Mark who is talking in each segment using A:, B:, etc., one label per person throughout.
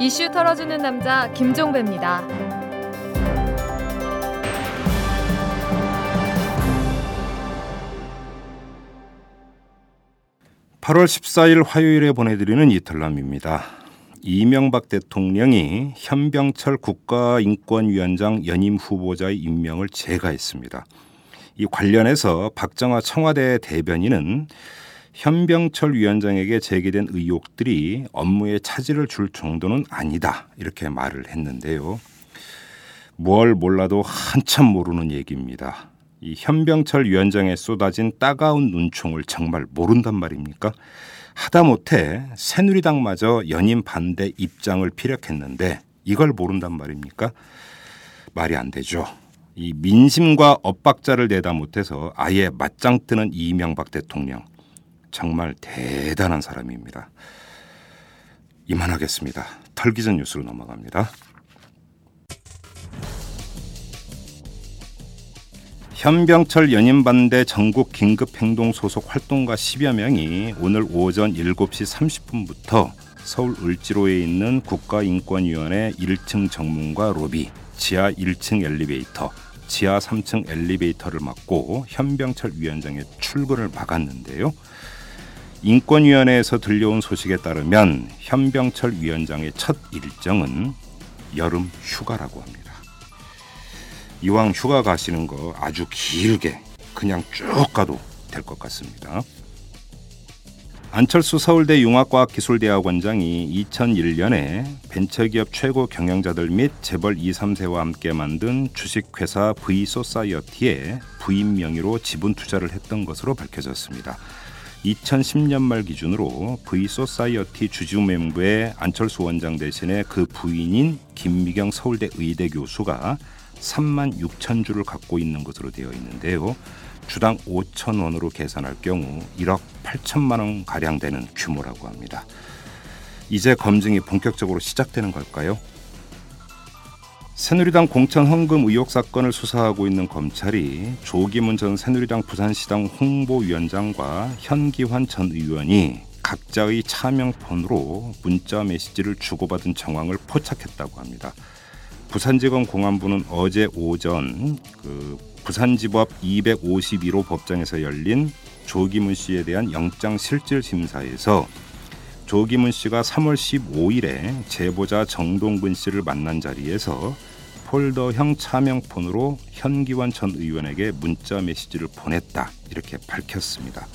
A: 이슈 털어주는 남자 김종배입니다.
B: 8월 14일 화요일에 보내드리는 이탈남입니다. 이명박 대통령이 현병철 국가인권위원장 연임 후보자의 임명을 재가했습니다. 이 관련해서 박정화 청와대 대변인은 현병철 위원장에게 제기된 의혹들이 업무에 차질을 줄 정도는 아니다 이렇게 말을 했는데요. 뭘 몰라도 한참 모르는 얘기입니다. 이 현병철 위원장에 쏟아진 따가운 눈총을 정말 모른단 말입니까? 하다못해 새누리당마저 연임 반대 입장을 피력했는데 이걸 모른단 말입니까? 말이 안 되죠. 이 민심과 엇박자를 내다 못해서 아예 맞짱 뜨는 이명박 대통령 정말 대단한 사람입니다. 이만하겠습니다. 털기 전 뉴스로 넘어갑니다. 현병철 연임반대 전국 긴급행동 소속 활동가 10여 명이 오늘 오전 7시 30분부터 서울 을지로에 있는 국가인권위원회 1층 정문과 로비, 지하 1층 엘리베이터, 지하 3층 엘리베이터를 막고 현병철 위원장의 출근을 막았는데요. 인권위원회에서 들려온 소식에 따르면 현병철 위원장의 첫 일정은 여름 휴가라고 합니다. 이왕 휴가 가시는 거 아주 길게 그냥 쭉 가도 될 것 같습니다. 안철수 서울대 융합과학기술대학원장이 2001년에 벤처기업 최고 경영자들 및 재벌 2, 3세와 함께 만든 주식회사 V소사이어티에 부임 명의로 지분 투자를 했던 것으로 밝혀졌습니다. 2010년 말 기준으로 V소사이어티 주주멤버의 안철수 원장 대신에 그 부인인 김미경 서울대 의대 교수가 3만 6천 주를 갖고 있는 것으로 되어 있는데요. 주당 5천 원으로 계산할 경우 1억 8천만 원 가량 되는 규모라고 합니다. 이제 검증이 본격적으로 시작되는 걸까요? 새누리당 공천 헌금 의혹 사건을 수사하고 있는 검찰이 조기문 전 새누리당 부산시당 홍보위원장과 현기환 전 의원이 각자의 차명폰으로 문자 메시지를 주고받은 정황을 포착했다고 합니다. 부산지검 공안부는 어제 오전 그 부산지법 251호 법정에서 열린 조기문 씨에 대한 영장 실질 심사에서 조기문 씨가 3월 15일에 제보자 정동근 씨를 만난 자리에서 폴더형 차명폰으로 현기환 전 의원에게 문자 메시지를 보냈다 이렇게 밝혔습니다.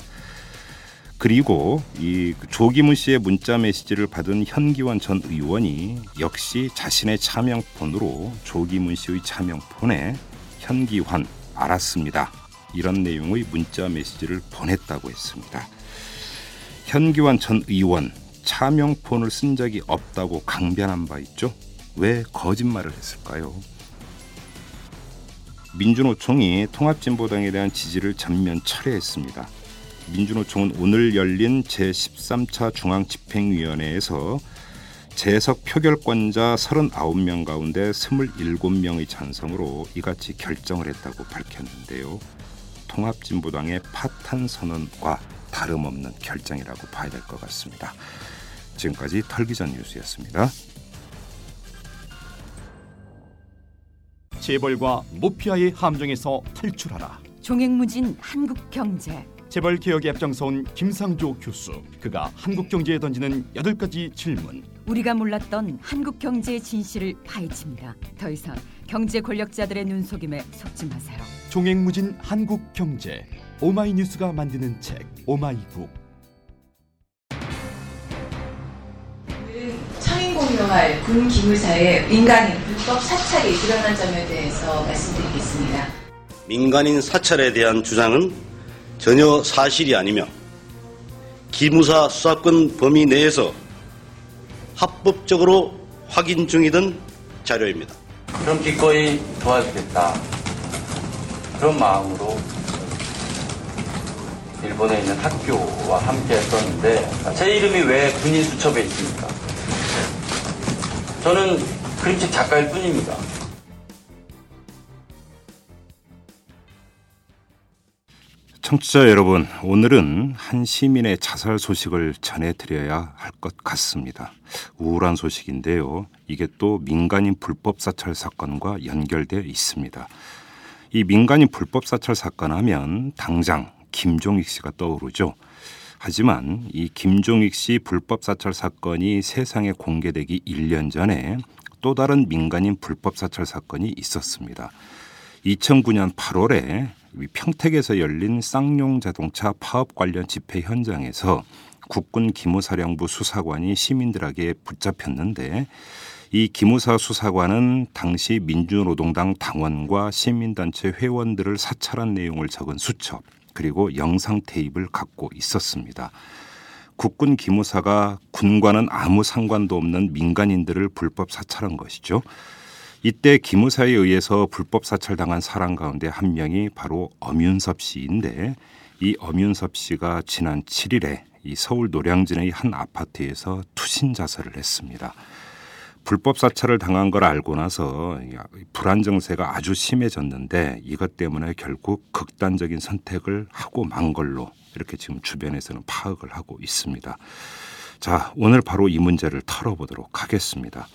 B: 그리고 이 조기문 씨의 문자 메시지를 받은 현기환 전 의원이 역시 자신의 차명폰으로 조기문 씨의 차명폰에 현기환 알았습니다. 이런 내용의 문자 메시지를 보냈다고 했습니다. 현기환 전 의원 차명폰을 쓴 적이 없다고 강변한 바 있죠? 왜 거짓말을 했을까요? 민주노총이 통합진보당에 대한 지지를 전면 철회했습니다. 민주노총은 오늘 열린 제13차 중앙집행위원회에서 재석 표결권자 39명 가운데 27명의 찬성으로 이같이 결정을 했다고 밝혔는데요. 통합진보당의 파탄 선언과 다름없는 결정이라고 봐야 될 것 같습니다. 지금까지 털기전 뉴스였습니다.
C: 재벌과 모피아의 함정에서 탈출하라.
D: 종횡무진 한국 경제.
C: 재벌 개혁에 앞장서온 김상조 교수. 그가 한국 경제에 던지는 여덟 가지 질문.
D: 우리가 몰랐던 한국 경제의 진실을 파헤칩니다. 더 이상 경제 권력자들의 눈속임에 속지 마세요.
C: 종횡무진 한국 경제. 오마이뉴스가 만드는 책 오마이북.
E: 창인공유할 군 기무사의 민간인 불법 사찰이 드러난 점에 대해서 말씀드리겠습니다.
F: 민간인 사찰에 대한 주장은 전혀 사실이 아니며 기무사 수사권 범위 내에서 합법적으로 확인 중이던 자료입니다.
G: 그럼 기꺼이 도와주겠다. 그런 마음으로 일본에 있는 학교와 함께 했었는데 아, 제 이름이 왜 군인 수첩에 있습니까? 저는 그림책 작가일 뿐입니다.
B: 청취자 여러분, 오늘은 한 시민의 자살 소식을 전해드려야 할 것 같습니다. 우울한 소식인데요. 이게 또 민간인 불법 사찰 사건과 연결돼 있습니다. 이 민간인 불법 사찰 사건 하면 당장 김종익 씨가 떠오르죠. 하지만 이 김종익 씨 불법 사찰 사건이 세상에 공개되기 1년 전에 또 다른 민간인 불법 사찰 사건이 있었습니다. 2009년 8월에 평택에서 열린 쌍용 자동차 파업 관련 집회 현장에서 국군 기무사령부 수사관이 시민들에게 붙잡혔는데 이 기무사 수사관은 당시 민주노동당 당원과 시민단체 회원들을 사찰한 내용을 적은 수첩 그리고 영상 테이프를 갖고 있었습니다. 국군 기무사가 군과는 아무 상관도 없는 민간인들을 불법 사찰한 것이죠. 이때 기무사에 의해서 불법 사찰당한 사람 가운데 한 명이 바로 엄윤섭 씨인데 이 엄윤섭 씨가 지난 7일에 이 서울 노량진의 한 아파트에서 투신 자살을 했습니다. 불법 사찰을 당한 걸 알고 나서 이 불안 증세가 아주 심해졌는데 이것 때문에 결국 극단적인 선택을 하고 만 걸로 이렇게 지금 주변에서는 파악을 하고 있습니다. 자, 오늘 바로 이 문제를 털어보도록 하겠습니다.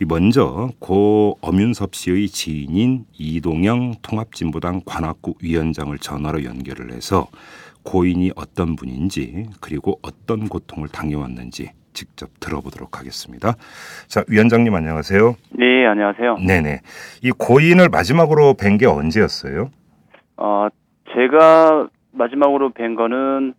B: 이 먼저 고 엄윤섭 씨의 지인인 이동영 통합진보당 관악구 위원장을 전화로 연결을 해서 고인이 어떤 분인지 그리고 어떤 고통을 당해왔는지 직접 들어보도록 하겠습니다. 자, 위원장님 안녕하세요.
H: 네, 안녕하세요.
B: 네네. 이 고인을 마지막으로 뵌 게 언제였어요?
H: 어, 제가 마지막으로 뵌 거는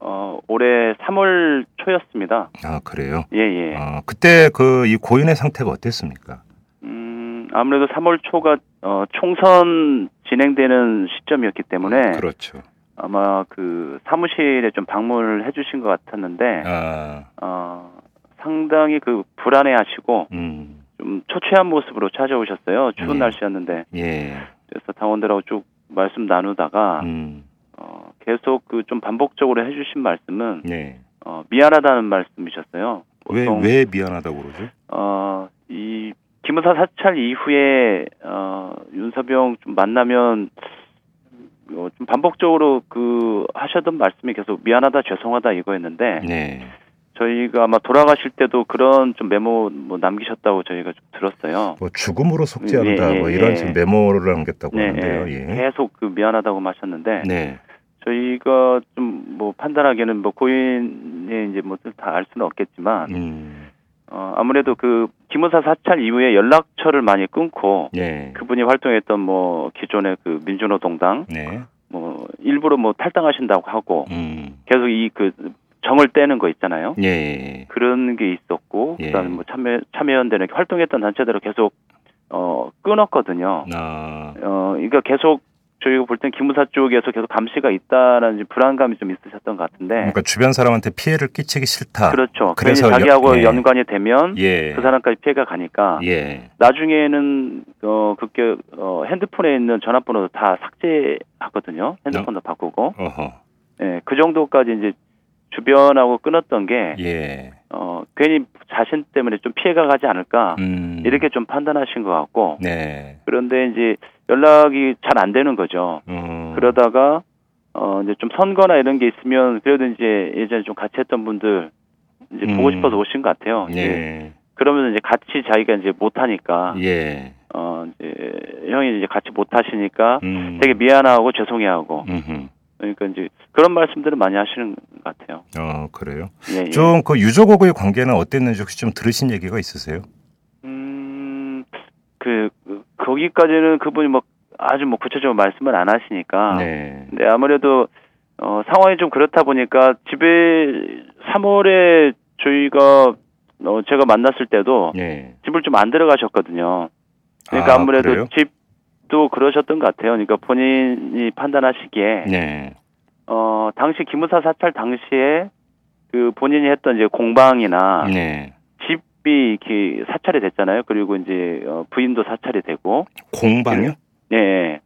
H: 어, 올해 3월 초였습니다.
B: 아, 그래요?
H: 예, 예.
B: 아, 그때 그 이 고인의 상태가 어땠습니까?
H: 음, 아무래도 3월 초가 어, 총선 진행되는 시점이었기 때문에
B: 그렇죠.
H: 아마 그 사무실에 좀 방문을 해주신 것 같았는데
B: 아,
H: 어, 상당히 그 불안해하시고
B: 음,
H: 좀 초췌한 모습으로 찾아오셨어요. 추운
B: 예.
H: 날씨였는데
B: 예,
H: 그래서 당원들하고 쭉 말씀 나누다가
B: 음,
H: 어, 계속 그 좀 반복적으로 해주신 말씀은
B: 네.
H: 어, 미안하다는 말씀이셨어요.
B: 왜,
H: 보통,
B: 왜 미안하다고 그러죠?
H: 어, 이 기무사 사찰 이후에 어, 윤서병 좀 만나면 어, 좀 반복적으로 그 하셨던 말씀이 계속 미안하다 죄송하다 이거였는데
B: 네.
H: 저희가 아마 돌아가실 때도 그런 좀 메모 뭐 남기셨다고 저희가 좀 들었어요.
B: 뭐 죽음으로 속죄한다
H: 예, 예,
B: 뭐 이런
H: 예.
B: 지금 메모를 남겼다고 하는데요.
H: 예.
B: 예.
H: 계속 그 미안하다고 마셨는데
B: 네.
H: 저희가 좀 뭐 판단하기에는 뭐 고인의 이제 뭐 다 알 수는 없겠지만
B: 음.
H: 어, 아무래도 그 기무사 사찰 이후에 연락처를 많이 끊고
B: 네.
H: 그분이 활동했던 뭐 기존의 그 민주노동당
B: 네.
H: 뭐 일부러 뭐 탈당하신다고 하고
B: 음.
H: 계속 이 그 정을 떼는 거 있잖아요.
B: 예, 예. 예.
H: 그런 게 있었고
B: 예.
H: 그다음에 뭐 참여 참여연대는 활동했던 단체들을 계속 어 끊었거든요.
B: 아.
H: 어 그러니까 계속 저희가 볼 땐 기무사 쪽에서 계속 감시가 있다라는 불안감이 좀 있으셨던 것 같은데
B: 그러니까 주변 사람한테 피해를 끼치기 싫다.
H: 그렇죠.
B: 그래서
H: 괜히 자기하고
B: 여- 예.
H: 연관이 되면
B: 예.
H: 그 사람까지 피해가 가니까
B: 예.
H: 나중에는 어 그게 어 핸드폰에 있는 전화번호도 다 삭제하거든요. 핸드폰도 바꾸고
B: 어허.
H: 예, 그 정도까지 이제 주변하고 끊었던 게
B: 예.
H: 어 괜히 자신 때문에 좀 피해가 가지 않을까
B: 음.
H: 이렇게 좀 판단하신 것 같고
B: 네.
H: 그런데 이제 연락이 잘 안 되는 거죠.
B: 음.
H: 그렇죠. 그러다가 어 이제 좀 선거나 이런 게 있으면 그래도 이제 예전에 좀 같이 했던 분들 이제 보고
B: 음.
H: 싶어서 오신 것 같아요. 예.
B: 예.
H: 그러면서 이제 같이 자기가 이제 못 하니까
B: 예.
H: 어, 이제 형이 이제 같이 못 하시니까
B: 음.
H: 되게 미안하고 죄송해하고
B: 음흠.
H: 그러니까 이제 그런 말씀들을 많이 하시는 것 같아요.
B: 어, 그래요.
H: 예, 예.
B: 좀 그 유족하고의 관계는 어땠는지 혹시 좀 들으신 얘기가 있으세요?
H: 음, 그, 그, 거기까지는 그분이 뭐 아주 뭐 구체적으로 말씀을 안 하시니까.
B: 네.
H: 근데 아무래도 어, 상황이 좀 그렇다 보니까 집에 3월에 저희가 어, 제가 만났을 때도
B: 예.
H: 집을 좀 안 들어가셨거든요. 그러니까
B: 아,
H: 아, 무래도
B: 그래요?
H: 집도 그러셨던 것 같아요. 그러니까 본인이 판단하시기에
B: 네.
H: 어 당시 기무사 사찰 당시에 그 본인이 했던 이제 공방이나
B: 네.
H: 집이 이렇게 사찰이 됐잖아요. 그리고 이제 어, 부인도 사찰이 되고
B: 공방이요?
H: 예, 예.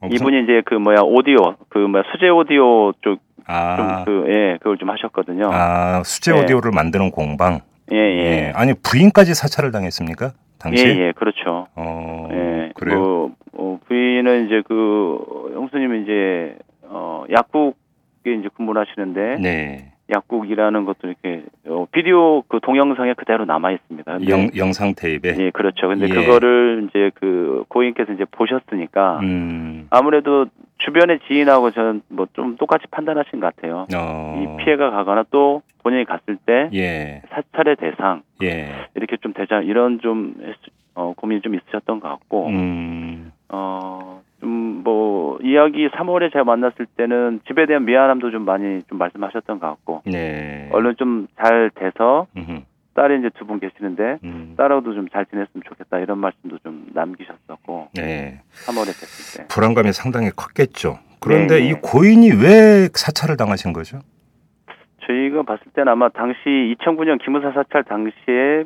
B: 엄청-
H: 이분이 이제 그 뭐야 오디오 그 뭐야 수제 오디오 쪽
B: 아.
H: 좀 그 예 그걸 좀 하셨거든요.
B: 아 수제
H: 예.
B: 오디오를 만드는 공방.
H: 예, 예.
B: 아니 부인까지 사찰을 당했습니까?
H: 예,
B: 당시.
H: 예, 그렇죠.
B: 어
H: 예.
B: 그래요.
H: 뭐, 어, 부인은 이제 그, 형수님이 이제, 어, 어, 약국에 이제 근무를 하시는데
B: 네.
H: 약국이라는 것도 이렇게 어, 비디오 그 동영상에 그대로 남아 있습니다. 근데-
B: 영, 영상 테이프에.
H: 예, 그렇죠. 근데
B: 예.
H: 그거를 이제 그 고인께서 이제 보셨으니까
B: 음.
H: 아무래도 주변의 지인하고 저는 뭐 좀 똑같이 판단하신 것 같아요.
B: 어.
H: 이 피해가 가거나 또 본인이 갔을 때
B: 예.
H: 사찰의 대상
B: 예.
H: 이렇게 좀 되자 이런 좀 어, 고민이 좀 있으셨던 것 같고
B: 음.
H: 어, 좀 뭐 이야기 3월에 제가 만났을 때는 집에 대한 미안함도 좀 많이 좀 말씀하셨던 것 같고
B: 네.
H: 얼른 좀 잘 돼서
B: 음.
H: 딸이 이제 두 분 계시는데
B: 음.
H: 딸하고도 좀 잘 지냈으면 좋겠다 이런 말씀도 좀 남기셨었고
B: 네.
H: 3월에 됐을 때
B: 불안감이 상당히 컸겠죠. 그런데
H: 네,
B: 이
H: 네.
B: 고인이 왜 사찰을 당하신 거죠?
H: 저희가 봤을 때는 아마 당시 2009년 기무사 사찰 당시에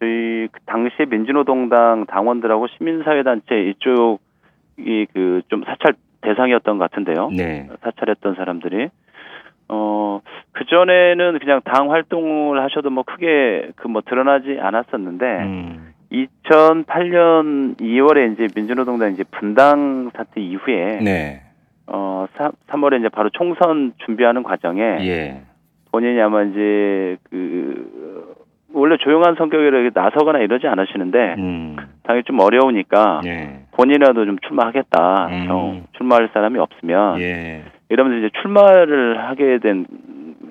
H: 저희 그 당시에 민주노동당 당원들하고 시민사회단체 이쪽이 그 좀 사찰 대상이었던 것 같은데요.
B: 네.
H: 사찰했던 사람들이 어 그전에는 그냥 당 활동을 하셔도 뭐 크게 그 뭐 드러나지 않았었는데
B: 음.
H: 2008년 2월에 이제 민주노동당 이제 분당 사태 이후에
B: 네.
H: 어 3, 3월에 이제 바로 총선 준비하는 과정에
B: 예.
H: 본인이 아마 이제 그 원래 조용한 성격이라 이렇게 나서거나 이러지 않으시는데
B: 음.
H: 당연히 좀 어려우니까
B: 예.
H: 본인이라도 좀 출마하겠다.
B: 음.
H: 어, 출마할 사람이 없으면
B: 예.
H: 이러면서 이제 출마를 하게 된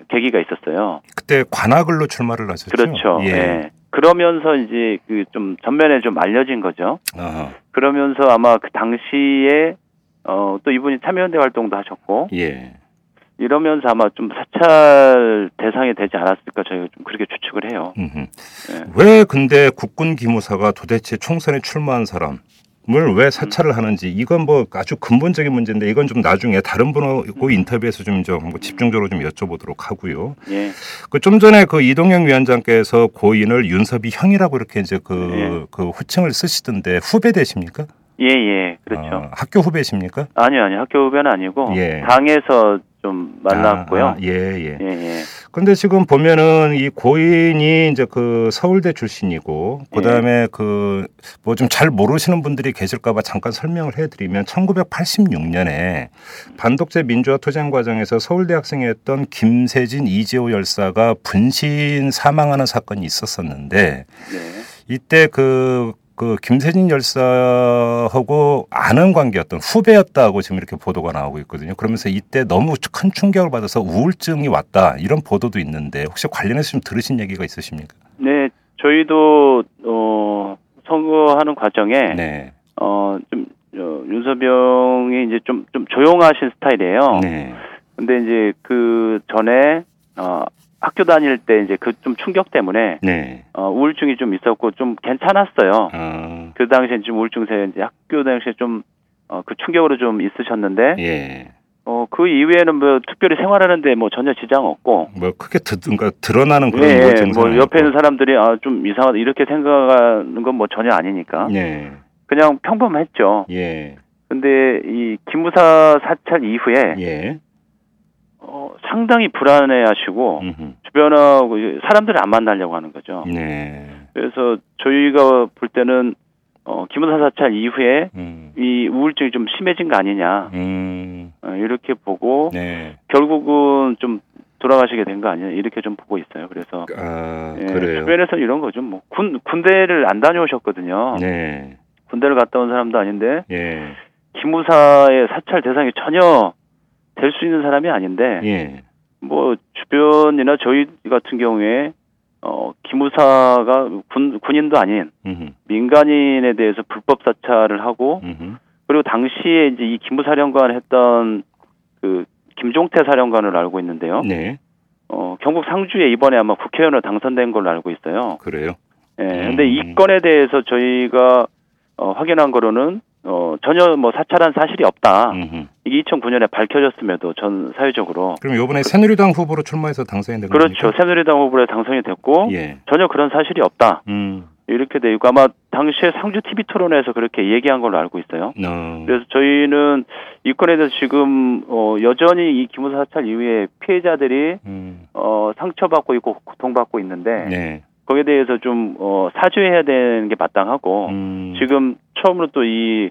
H: 계기가 있었어요.
B: 그때 관악을로 출마를 하셨죠?
H: 그렇죠.
B: 예.
H: 예. 그러면서 이제 그 좀 전면에 좀 알려진 거죠.
B: 아하.
H: 그러면서 아마 그 당시에 어 또 이분이 참여연대 활동도 하셨고
B: 예.
H: 이러면서 아마 좀 사찰 대상이 되지 않았을까 저희가 좀 그렇게 추측을 해요.
B: 음흠.
H: 예.
B: 왜 근데 국군 기무사가 도대체 총선에 출마한 사람을 왜 사찰을 하는지 이건 뭐 아주 근본적인 문제인데 이건 좀 나중에 다른 분하고 인터뷰에서 좀좀 집중적으로 좀 여쭤보도록 하고요.
H: 예.
B: 그 좀 전에 그 이동영 위원장께서 고인을 윤섭이 형이라고 이렇게 이제 그,
H: 예.
B: 그 호칭을 쓰시던데 후배 되십니까?
H: 예, 예, 그렇죠.
B: 아, 학교 후배십니까?
H: 아니요, 아니요. 학교 후배는 아니고
B: 예.
H: 당에서 좀 만났고요.
B: 아, 아, 예, 예.
H: 예, 예.
B: 근데 지금 보면은 이 고인이 이제 그 서울대 출신이고 그다음에 그 뭐 좀 잘 모르시는 분들이 계실까봐 잠깐 설명을 해드리면 1986년에 반독재 민주화 투쟁 과정에서 서울대 학생이었던 김세진 이재호 열사가 분신 사망하는 사건이 있었었는데
H: 네.
B: 이때 그, 그 김세진 열사하고 아는 관계였던 후배였다고 지금 이렇게 보도가 나오고 있거든요. 그러면서 이때 너무 큰 충격을 받아서 우울증이 왔다 이런 보도도 있는데 혹시 관련해서 좀 들으신 얘기가 있으십니까?
H: 네, 저희도 어 선거하는 과정에
B: 네.
H: 어좀 어, 윤서병이 이제 좀 좀 조용하신 스타일이에요.
B: 네.
H: 근데 이제 그 전에 어 학교 다닐 때 이제 그 좀 충격 때문에
B: 네.
H: 어 우울증이 좀 있었고 좀 괜찮았어요.
B: 아,
H: 그 당시엔 좀 우울증세 이제 학교 당시에 좀 어 그 충격으로 좀 있으셨는데
B: 예.
H: 어 그 이외에는 뭐 특별히 생활하는데 뭐 전혀 지장 없고
B: 뭐 크게 드, 그러니까 드러나는 그런
H: 예, 예,
B: 우울증
H: 뭐 옆에 있는 사람들이 아 좀 이상하다 이렇게 생각하는 건 뭐 전혀 아니니까
B: 예.
H: 그냥 평범했죠.
B: 예.
H: 근데 이 김무사 사찰 이후에
B: 예.
H: 어, 상당히 불안해하시고
B: 음흠.
H: 주변하고 이제 사람들을 안 만나려고 하는 거죠.
B: 네.
H: 그래서 저희가 볼 때는 어, 김무사 사찰 이후에
B: 음.
H: 이 우울증이 좀 심해진 거 아니냐
B: 음.
H: 어, 이렇게 보고
B: 네.
H: 결국은 좀 돌아가시게 된 거 아니냐 이렇게 좀 보고 있어요. 그래서
B: 아,
H: 예,
B: 그래요.
H: 주변에서 이런 거죠. 뭐 군, 군대를 안 다녀오셨거든요.
B: 네.
H: 군대를 갔다 온 사람도 아닌데
B: 예.
H: 기무사의 사찰 대상이 전혀 될 수 있는 사람이 아닌데
B: 예.
H: 뭐 주변이나 저희 같은 경우에 어 기무사가 군 군인도 아닌
B: 음흠.
H: 민간인에 대해서 불법 사찰을 하고
B: 음흠.
H: 그리고 당시에 이제 이 기무사령관 했던 그 김종태 사령관을 알고 있는데요.
B: 네,
H: 어 경북 상주에 이번에 아마 국회의원으로 당선된 걸로 알고 있어요.
B: 그래요.
H: 예.
B: 음.
H: 근데 이 건에 대해서 저희가 어 확인한 거로는 어 전혀 뭐 사찰한 사실이 없다.
B: 음흠.
H: 이게 2009년에 밝혀졌음에도 전 사회적으로
B: 그럼 이번에 새누리당 후보로 출마해서 당선이 된
H: 그렇죠.
B: 겁니까?
H: 새누리당 후보에 당선이 됐고
B: 음. 예.
H: 전혀 그런 사실이 없다.
B: 음.
H: 이렇게 돼 있고 아마 당시에 상주 TV 토론에서 그렇게 얘기한 걸로 알고 있어요.
B: 어.
H: 그래서 저희는 이 건에 대해서 지금 어, 여전히 이 기무사 사찰 이후에 피해자들이
B: 음.
H: 어, 상처받고 있고 고통받고 있는데
B: 네.
H: 거기에 대해서 좀 어, 사죄해야 되는 게 마땅하고
B: 음.
H: 지금 처음으로 또 이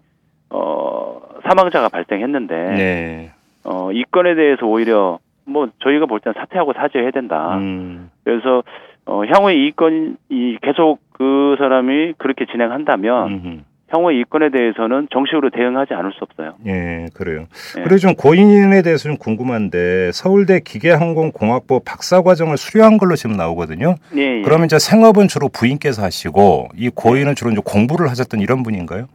H: 어, 사망자가 발생했는데
B: 네.
H: 어, 이 건에 대해서 오히려 뭐 저희가 볼 땐 사퇴하고 사죄해야 된다.
B: 음,
H: 그래서 어, 향후에 이 건이 계속 그 사람이 그렇게 진행한다면
B: 음흠.
H: 향후에 이 건에 대해서는 정식으로 대응하지 않을 수 없어요.
B: 예, 그래요.
H: 예.
B: 그리고 좀 고인에 대해서 좀 궁금한데 서울대 기계항공공학부 박사 과정을 수료한 걸로 지금 나오거든요.
H: 예, 예.
B: 그러면 이제 생업은 주로 부인께서 하시고 이 고인은 주로 이제 공부를 하셨던 이런 분인가요?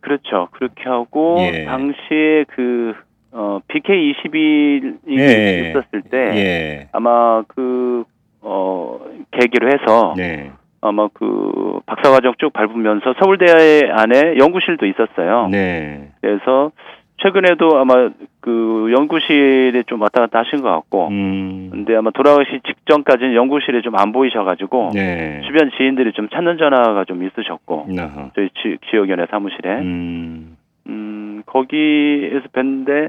H: 그렇죠. 그렇게 하고
B: 예.
H: 당시에 그 어, BK 21이
B: 예.
H: 있었을 때
B: 예.
H: 아마 그 어, 계기로 해서
B: 네.
H: 아마 그 박사과정 쭉 밟으면서 서울대 안에 연구실도 있었어요.
B: 네.
H: 그래서 최근에도 아마 그 연구실에 좀 왔다 갔다 하신 것 같고,
B: 음.
H: 근데 아마 돌아가시 직전까지는 연구실에 좀 안 보이셔가지고
B: 네.
H: 주변 지인들이 좀 찾는 전화가 좀 있으셨고
B: 아하.
H: 저희 지, 지역연회 사무실에
B: 음.
H: 음, 거기에서 뵀는데,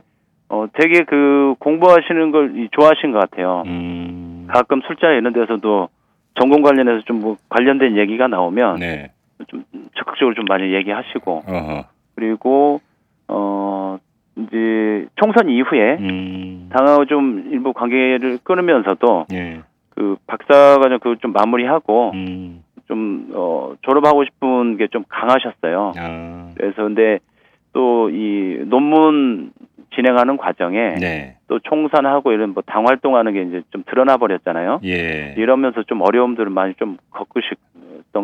H: 어, 되게 그 공부하시는 걸 이- 좋아하신 것 같아요.
B: 음.
H: 가끔 술자리 이런 데서도 전공 관련해서 좀 뭐 관련된 얘기가 나오면
B: 네.
H: 좀 적극적으로 좀 많이 얘기하시고,
B: 어허.
H: 그리고, 어, 이제 총선 이후에
B: 음.
H: 당하고 좀 일부 관계를 끊으면서도
B: 예.
H: 그 박사과정 그걸 좀 마무리하고
B: 음.
H: 좀, 어, 졸업하고 싶은 게 좀 강하셨어요.
B: 아.
H: 그래서 근데 또 이 논문 진행하는 과정에
B: 네.
H: 또 총선하고 이런 뭐 당 활동하는 게 이제 좀 드러나 버렸잖아요.
B: 예.
H: 이러면서 좀 어려움들을 많이 좀 겪으셨던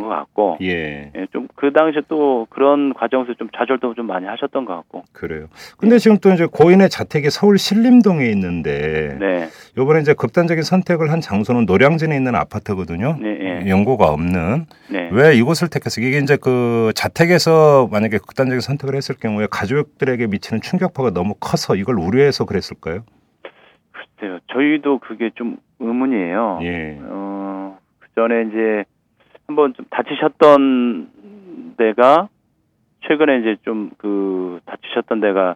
H: 것 같고
B: 예.
H: 좀 그 당시에 또 그런 과정에서 좀 좌절도 좀 많이 하셨던 것 같고
B: 그래요.
H: 네.
B: 근데 지금 또 이제 고인의 자택이 서울 신림동에 있는데
H: 네,
B: 요번에 이제 극단적인 선택을 한 장소는 노량진에 있는 아파트거든요.
H: 네, 예.
B: 연고가 없는
H: 네,
B: 왜 이곳을 택했어요? 이게 이제 그 자택에서 만약에 극단적인 선택을 했을 경우에 가족들에게 미치는 충격파가 너무 커서 이걸 우려해서 그랬을까요?
H: 글쎄요. 네, 저희도 그게 좀 의문이에요.
B: 예.
H: 어, 그 전에 이제 한번 좀 다치셨던 데가 최근에 이제 좀 그 다치셨던 데가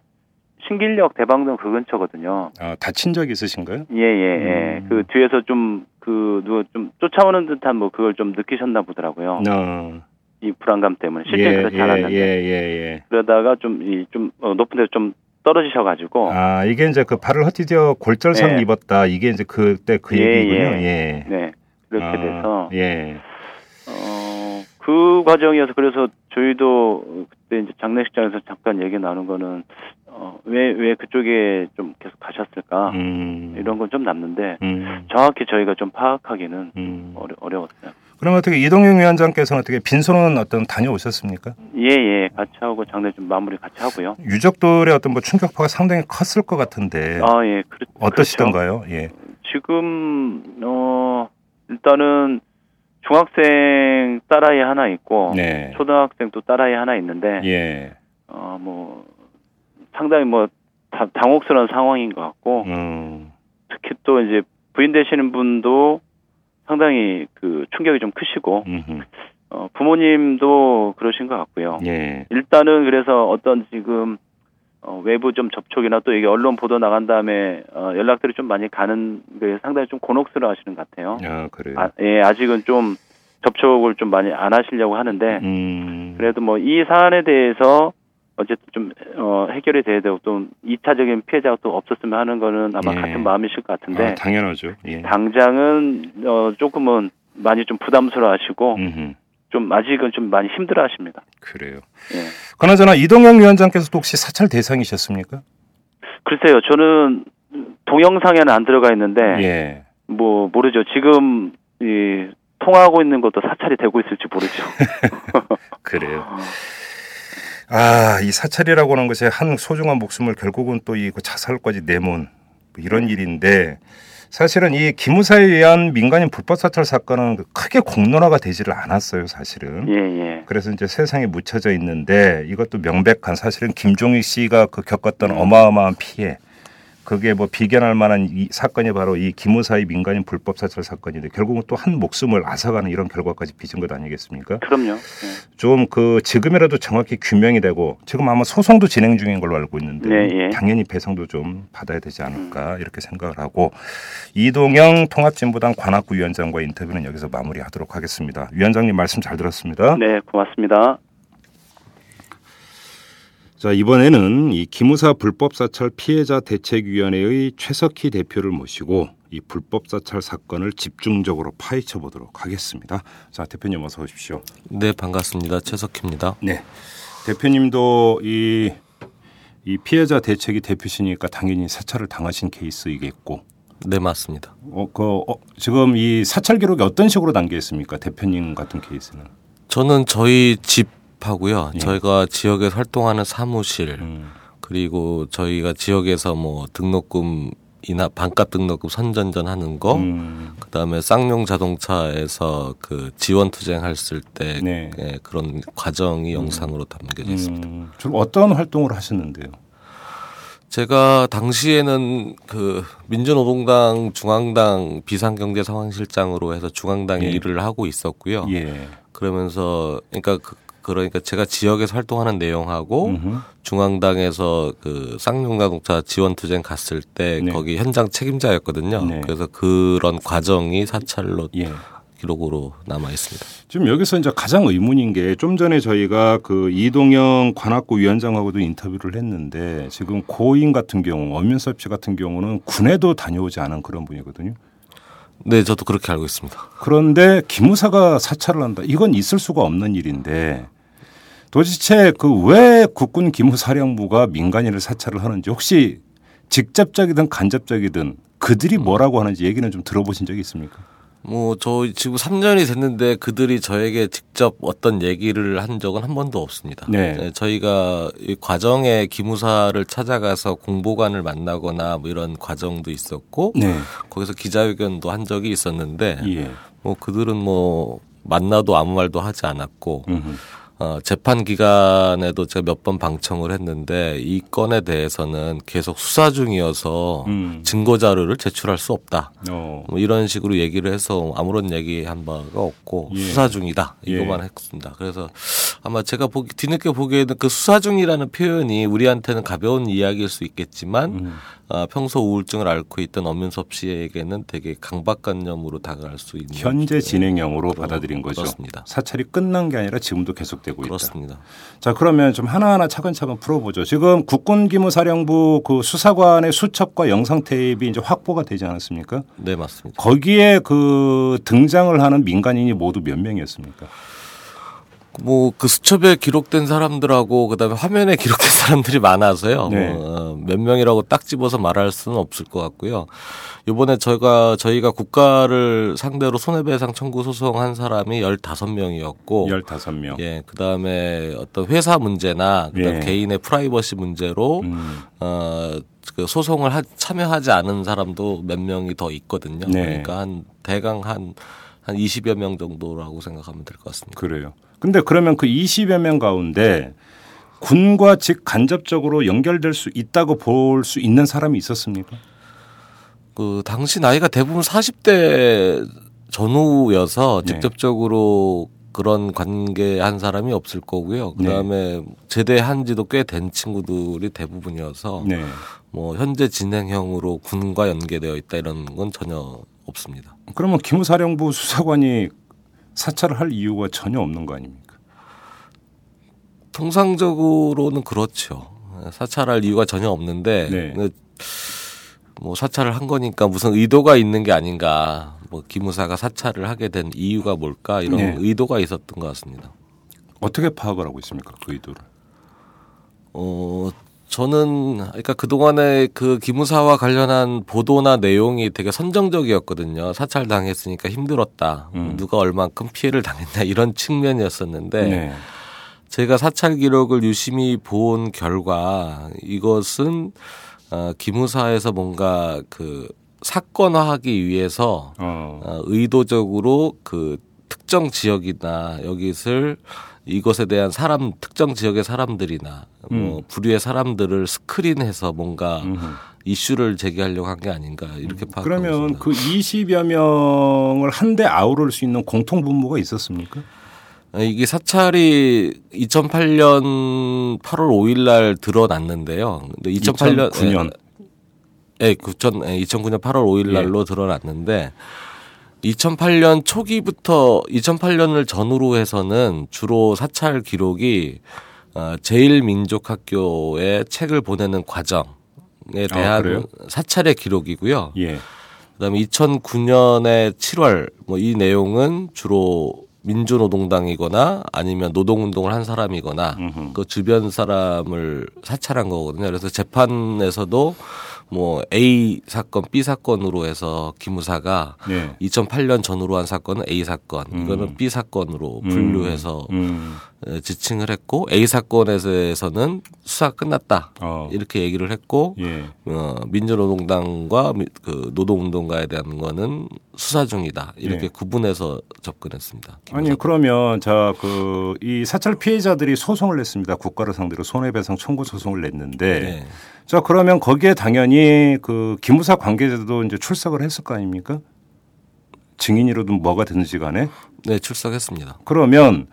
H: 신길역 대방동 그 근처거든요.
B: 아, 다친 적 있으신가요?
H: 예, 예, 예.
B: 음.
H: 그 뒤에서 좀 그 누가 좀 쫓아오는 듯한 뭐 그걸 좀 느끼셨나 보더라고요.
B: 어.
H: 이 불안감 때문에 실제
B: 예,
H: 그렇지
B: 예,
H: 않았는데
B: 예, 예, 예.
H: 그러다가 좀 이 좀 어, 높은 데서 좀 떨어지셔 가지고
B: 아, 이게 이제 그 발을 헛디뎌 골절상
H: 예.
B: 입었다. 이게 이제 그때 그
H: 예,
B: 얘기군요.
H: 예.
B: 예.
H: 네. 그렇게
B: 아,
H: 돼서
B: 예.
H: 어, 그 과정이어서 그래서 저희도 그때 이제 장례식장에서 잠깐 얘기 나눈 거는 어, 왜, 왜 그쪽에 좀 계속 가셨을까
B: 음.
H: 아, 이런 건 좀 남는데
B: 음.
H: 정확히 저희가 좀 파악하기는
B: 음.
H: 어려, 어려웠어요.
B: 그럼 어떻게 이동영 위원장께서는 어떻게 빈손은 어떤 다녀오셨습니까?
H: 예, 예. 같이 하고 장례 좀 마무리 같이 하고요.
B: 유족들의 어떤 뭐 충격파가 상당히 컸을 것 같은데
H: 아, 예. 그렇, 그렇죠.
B: 어떠시던가요? 예.
H: 지금, 어, 일단은 중학생 딸아이 하나 있고
B: 네.
H: 초등학생 또 딸아이 하나 있는데
B: 예.
H: 어, 뭐, 상당히 뭐, 다- 당혹스러운 상황인 것 같고,
B: 음.
H: 특히 또 이제 부인 되시는 분도 상당히 그 충격이 좀 크시고,
B: 음흠.
H: 어, 부모님도 그러신 것 같고요.
B: 예.
H: 일단은 그래서 어떤 지금, 어, 외부 좀 접촉이나 또 이게 언론 보도 나간 다음에, 어, 연락들이 좀 많이 가는 게 상당히 좀 곤혹스러워 하시는 것 같아요.
B: 아, 그래요.
H: 아, 예, 아직은 좀 접촉을 좀 많이 안 하시려고 하는데,
B: 음.
H: 그래도 뭐 이 사안에 대해서 어쨌든 좀 어, 해결이 돼야 되고 또 2차적인 피해자가 또 없었으면 하는 거는 아마
B: 예.
H: 같은 마음이실 것 같은데
B: 아, 당연하죠. 예.
H: 당장은 어, 조금은 많이 좀 부담스러워하시고
B: 음흠.
H: 좀 아직은 좀 많이 힘들어하십니다.
B: 그래요.
H: 예.
B: 그나저나 이동영 위원장께서도 혹시 사찰 대상이셨습니까?
H: 글쎄요, 저는 동영상에는 안 들어가 있는데
B: 예.
H: 뭐 모르죠. 지금 이 통화하고 있는 것도 사찰이 되고 있을지 모르죠.
B: 그래요. 아, 이 사찰이라고 하는 것에 한 소중한 목숨을 결국은 또 이그 자살까지 내몬 뭐 이런 일인데 사실은 이 기무사에 의한 민간인 불법 사찰 사건은 크게 공론화가 되지를 않았어요, 사실은.
H: 예, 예.
B: 그래서 이제 세상에 묻혀져 있는데 이것도 명백한 사실은 김종익 씨가 그 겪었던 어마어마한 피해 그게 뭐 비견할 만한 이 사건이 바로 이 기무사의 민간인 불법 사찰 사건인데 결국은 또 한 목숨을 앗아가는 이런 결과까지 빚은 것 아니겠습니까?
H: 그럼요. 예.
B: 좀 그 지금이라도 정확히 규명이 되고 지금 아마 소송도 진행 중인 걸로 알고 있는데
H: 네, 예.
B: 당연히 배상도 좀 받아야 되지 않을까 이렇게 생각을 하고 이동영 통합진보당 관악구 위원장과 인터뷰는 여기서 마무리하도록 하겠습니다. 위원장님 말씀 잘 들었습니다.
H: 네, 고맙습니다.
B: 자 이번에는 이 기무사 불법 사찰 피해자 대책위원회의 최석희 대표를 모시고 이 불법 사찰 사건을 집중적으로 파헤쳐 보도록 하겠습니다. 자 대표님 어서 오십시오.
I: 네, 반갑습니다. 최석희입니다.
B: 네. 대표님도 이, 이 피해자 대책이 대표시니까 당연히 사찰을 당하신 케이스이겠고,
I: 네, 맞습니다.
B: 어, 그, 어, 지금 이 사찰 기록이 어떤 식으로 담겨 있습니까? 대표님 같은 케이스는.
I: 저는 저희 집하고요.
B: 예.
I: 저희가 지역에서 활동하는 사무실
B: 음,
I: 그리고 저희가 지역에서 뭐 등록금이나 반값 등록금 선전전 하는 거
B: 음,
I: 그다음에 쌍용 자동차에서 그 지원 투쟁했을 때
B: 네.
I: 예, 그런 과정이 영상으로 담겨져 있습니다.
B: 음, 주로 어떤 활동을 하셨는데요?
I: 제가 당시에는 그 민주노동당 중앙당 비상경제 상황실장으로 해서 중앙당
B: 예.
I: 에 일을 하고 있었고요.
B: 예.
I: 그러면서 그러니까 그, 그러니까 제가 지역에서 활동하는 내용하고
B: 음흠.
I: 중앙당에서 그 쌍용자동차 지원투쟁 갔을 때
B: 네.
I: 거기 현장 책임자였거든요.
B: 네.
I: 그래서 그런 과정이 사찰로
B: 예.
I: 기록으로 남아 있습니다.
B: 지금 여기서 이제 가장 의문인 게 좀 전에 저희가 그 이동영 관악구 위원장하고도 인터뷰를 했는데 지금 고인 같은 경우, 엄윤섭 씨 같은 경우는 군에도 다녀오지 않은 그런 분이거든요.
I: 네, 저도 그렇게 알고 있습니다.
B: 그런데 기무사가 사찰을 한다. 이건 있을 수가 없는 일인데 도대체 그 왜 국군 기무사령부가 민간인을 사찰을 하는지 혹시 직접적이든 간접적이든 그들이 뭐라고 하는지 얘기는 좀 들어보신 적이 있습니까?
I: 뭐 저 지금 3년이 됐는데 그들이 저에게 직접 어떤 얘기를 한 적은 한 번도 없습니다.
B: 네.
I: 저희가 이 과정에 기무사를 찾아가서 공보관을 만나거나 뭐 이런 과정도 있었고
B: 네.
I: 거기서 기자회견도 한 적이 있었는데
B: 예.
I: 뭐 그들은 뭐 만나도 아무 말도 하지 않았고
B: 음.
I: 어, 재판 기간에도 제가 몇 번 방청을 했는데 이 건에 대해서는 계속 수사 중이어서
B: 음.
I: 증거 자료를 제출할 수 없다.
B: 어.
I: 뭐 이런 식으로 얘기를 해서 아무런 얘기 한 바가 없고
B: 예.
I: 수사 중이다 이거만 했습니다. 그래서 아마 제가 보기 뒤늦게 보기에는 그 수사 중이라는 표현이 우리한테는 가벼운 이야기일 수 있겠지만
B: 음.
I: 아, 평소 우울증을 앓고 있던 엄윤섭 씨에게는 되게 강박관념으로 다가갈 수 있는 예,
B: 현재 진행형으로
I: 음, 그런-
B: 받아들인 거죠.
I: 그렇습니다.
B: 사찰이 끝난 게 아니라 지금도 계속되고 있다.
I: 그렇습니다.
B: 자, 그러면 좀 하나하나 차근차근 풀어보죠. 지금 국군기무사령부 그 수사관의 수첩과 영상 테이프 이제 확보가 되지 않았습니까?
I: 네 맞습니다.
B: 거기에 그 등장을 하는 민간인이 모두 몇 명이었습니까?
I: 뭐 그 수첩에 기록된 사람들하고 그다음에 화면에 기록된 사람들이 많아서요.
B: 네.
I: 뭐, 어, 몇 명이라고 딱 집어서 말할 수는 없을 것 같고요. 이번에 저희가 저희가 국가를 상대로 손해배상 청구 소송한 사람이 15명이었고
B: 15명.
I: 예, 그다음에 어떤 회사 문제나 그다음
B: 예.
I: 개인의 프라이버시 문제로
B: 음,
I: 어, 그 소송을 하- 참여하지 않은 사람도 몇 명이 더 있거든요.
B: 네.
I: 그러니까 한 대강 한, 한 20여 명 정도라고 생각하면 될 것 같습니다.
B: 그래요. 근데 그러면 그 20여 명 가운데 군과 즉 간접적으로 연결될 수 있다고 볼 수 있는 사람이 있었습니까?
I: 그, 당시 나이가 대부분 40대 전후여서
B: 네.
I: 직접적으로 그런 관계한 사람이 없을 거고요.
B: 네.
I: 그 다음에 제대한 지도 꽤 된 친구들이 대부분이어서
B: 네.
I: 뭐 현재 진행형으로 군과 연계되어 있다 이런 건 전혀 없습니다.
B: 그러면 기무사령부 수사관이 사찰을 할 이유가 전혀 없는 거 아닙니까?
I: 통상적으로는 그렇죠. 사찰할 이유가 전혀 없는데
B: 네.
I: 근데 뭐 사찰을 한 거니까 무슨 의도가 있는 게 아닌가. 뭐 기무사가 사찰을 하게 된 이유가 뭘까 이런
B: 네.
I: 의도가 있었던 것 같습니다.
B: 어떻게 파악을 하고 있습니까? 그 의도를.
I: 어 저는 그러니까 그 동안에 그 기무사와 관련한 보도나 내용이 되게 선정적이었거든요. 사찰 당했으니까 힘들었다.
B: 음.
I: 누가 얼만큼 피해를 당했나 이런 측면이었었는데
B: 네.
I: 제가 사찰 기록을 유심히 본 결과 이것은 어, 기무사에서 뭔가 그 사건화하기 위해서
B: 어.
I: 어, 의도적으로 그 특정 지역이나 여기를 이것에 대한 사람 특정 지역의 사람들이나
B: 음.
I: 뭐 부류의 사람들을 스크린해서 뭔가 이슈를 제기하려고 한 게 아닌가 이렇게 파악하고
B: 그러면
I: 있습니다.
B: 그 20여 명을 한데 아우를 수 있는 공통 분모가 있었습니까?
I: 어, 이게 사찰이 2008년 8월 5일 날 드러났는데요. 근데 2008년 네.
B: 2009년.
I: 예, 9천, 2009년 8월 5일
B: 예.
I: 날로 드러났는데 2008년 초기부터 2008년을 전후로 해서는 주로 사찰 기록이 어, 제일민족학교에 책을 보내는 과정에 대한
B: 아, 그래요?
I: 사찰의 기록이고요.
B: 예.
I: 그다음에 2009년에 7월 뭐 이 내용은 주로 민주노동당이거나 아니면 노동운동을 한 사람이거나
B: 음흠.
I: 그 주변 사람을 사찰한 거거든요. 그래서 재판에서도 뭐 A 사건, B 사건으로 해서 기무사가
B: 예.
I: 2008년 전으로 한 사건은 A 사건, 이거는 B 사건으로 분류해서
B: 음.
I: 에, 어, 지칭을 했고 A 사건에서는 수사 끝났다
B: 어.
I: 이렇게 얘기를 했고
B: 예.
I: 어, 민주노동당과 미- 그 노동운동가에 대한 거는 수사 중이다 이렇게
B: 예.
I: 구분해서 접근했습니다.
B: 아니 그러면 자 그 이 사찰 피해자들이 소송을 냈습니다. 국가를 상대로 손해배상 청구 소송을 냈는데
I: 네.
B: 자 그러면 거기에 당연히 그 기무사 관계자도 이제 출석을 했을 거 아닙니까? 증인이로든 뭐가 되는지 간에
I: 네 출석했습니다.
B: 그러면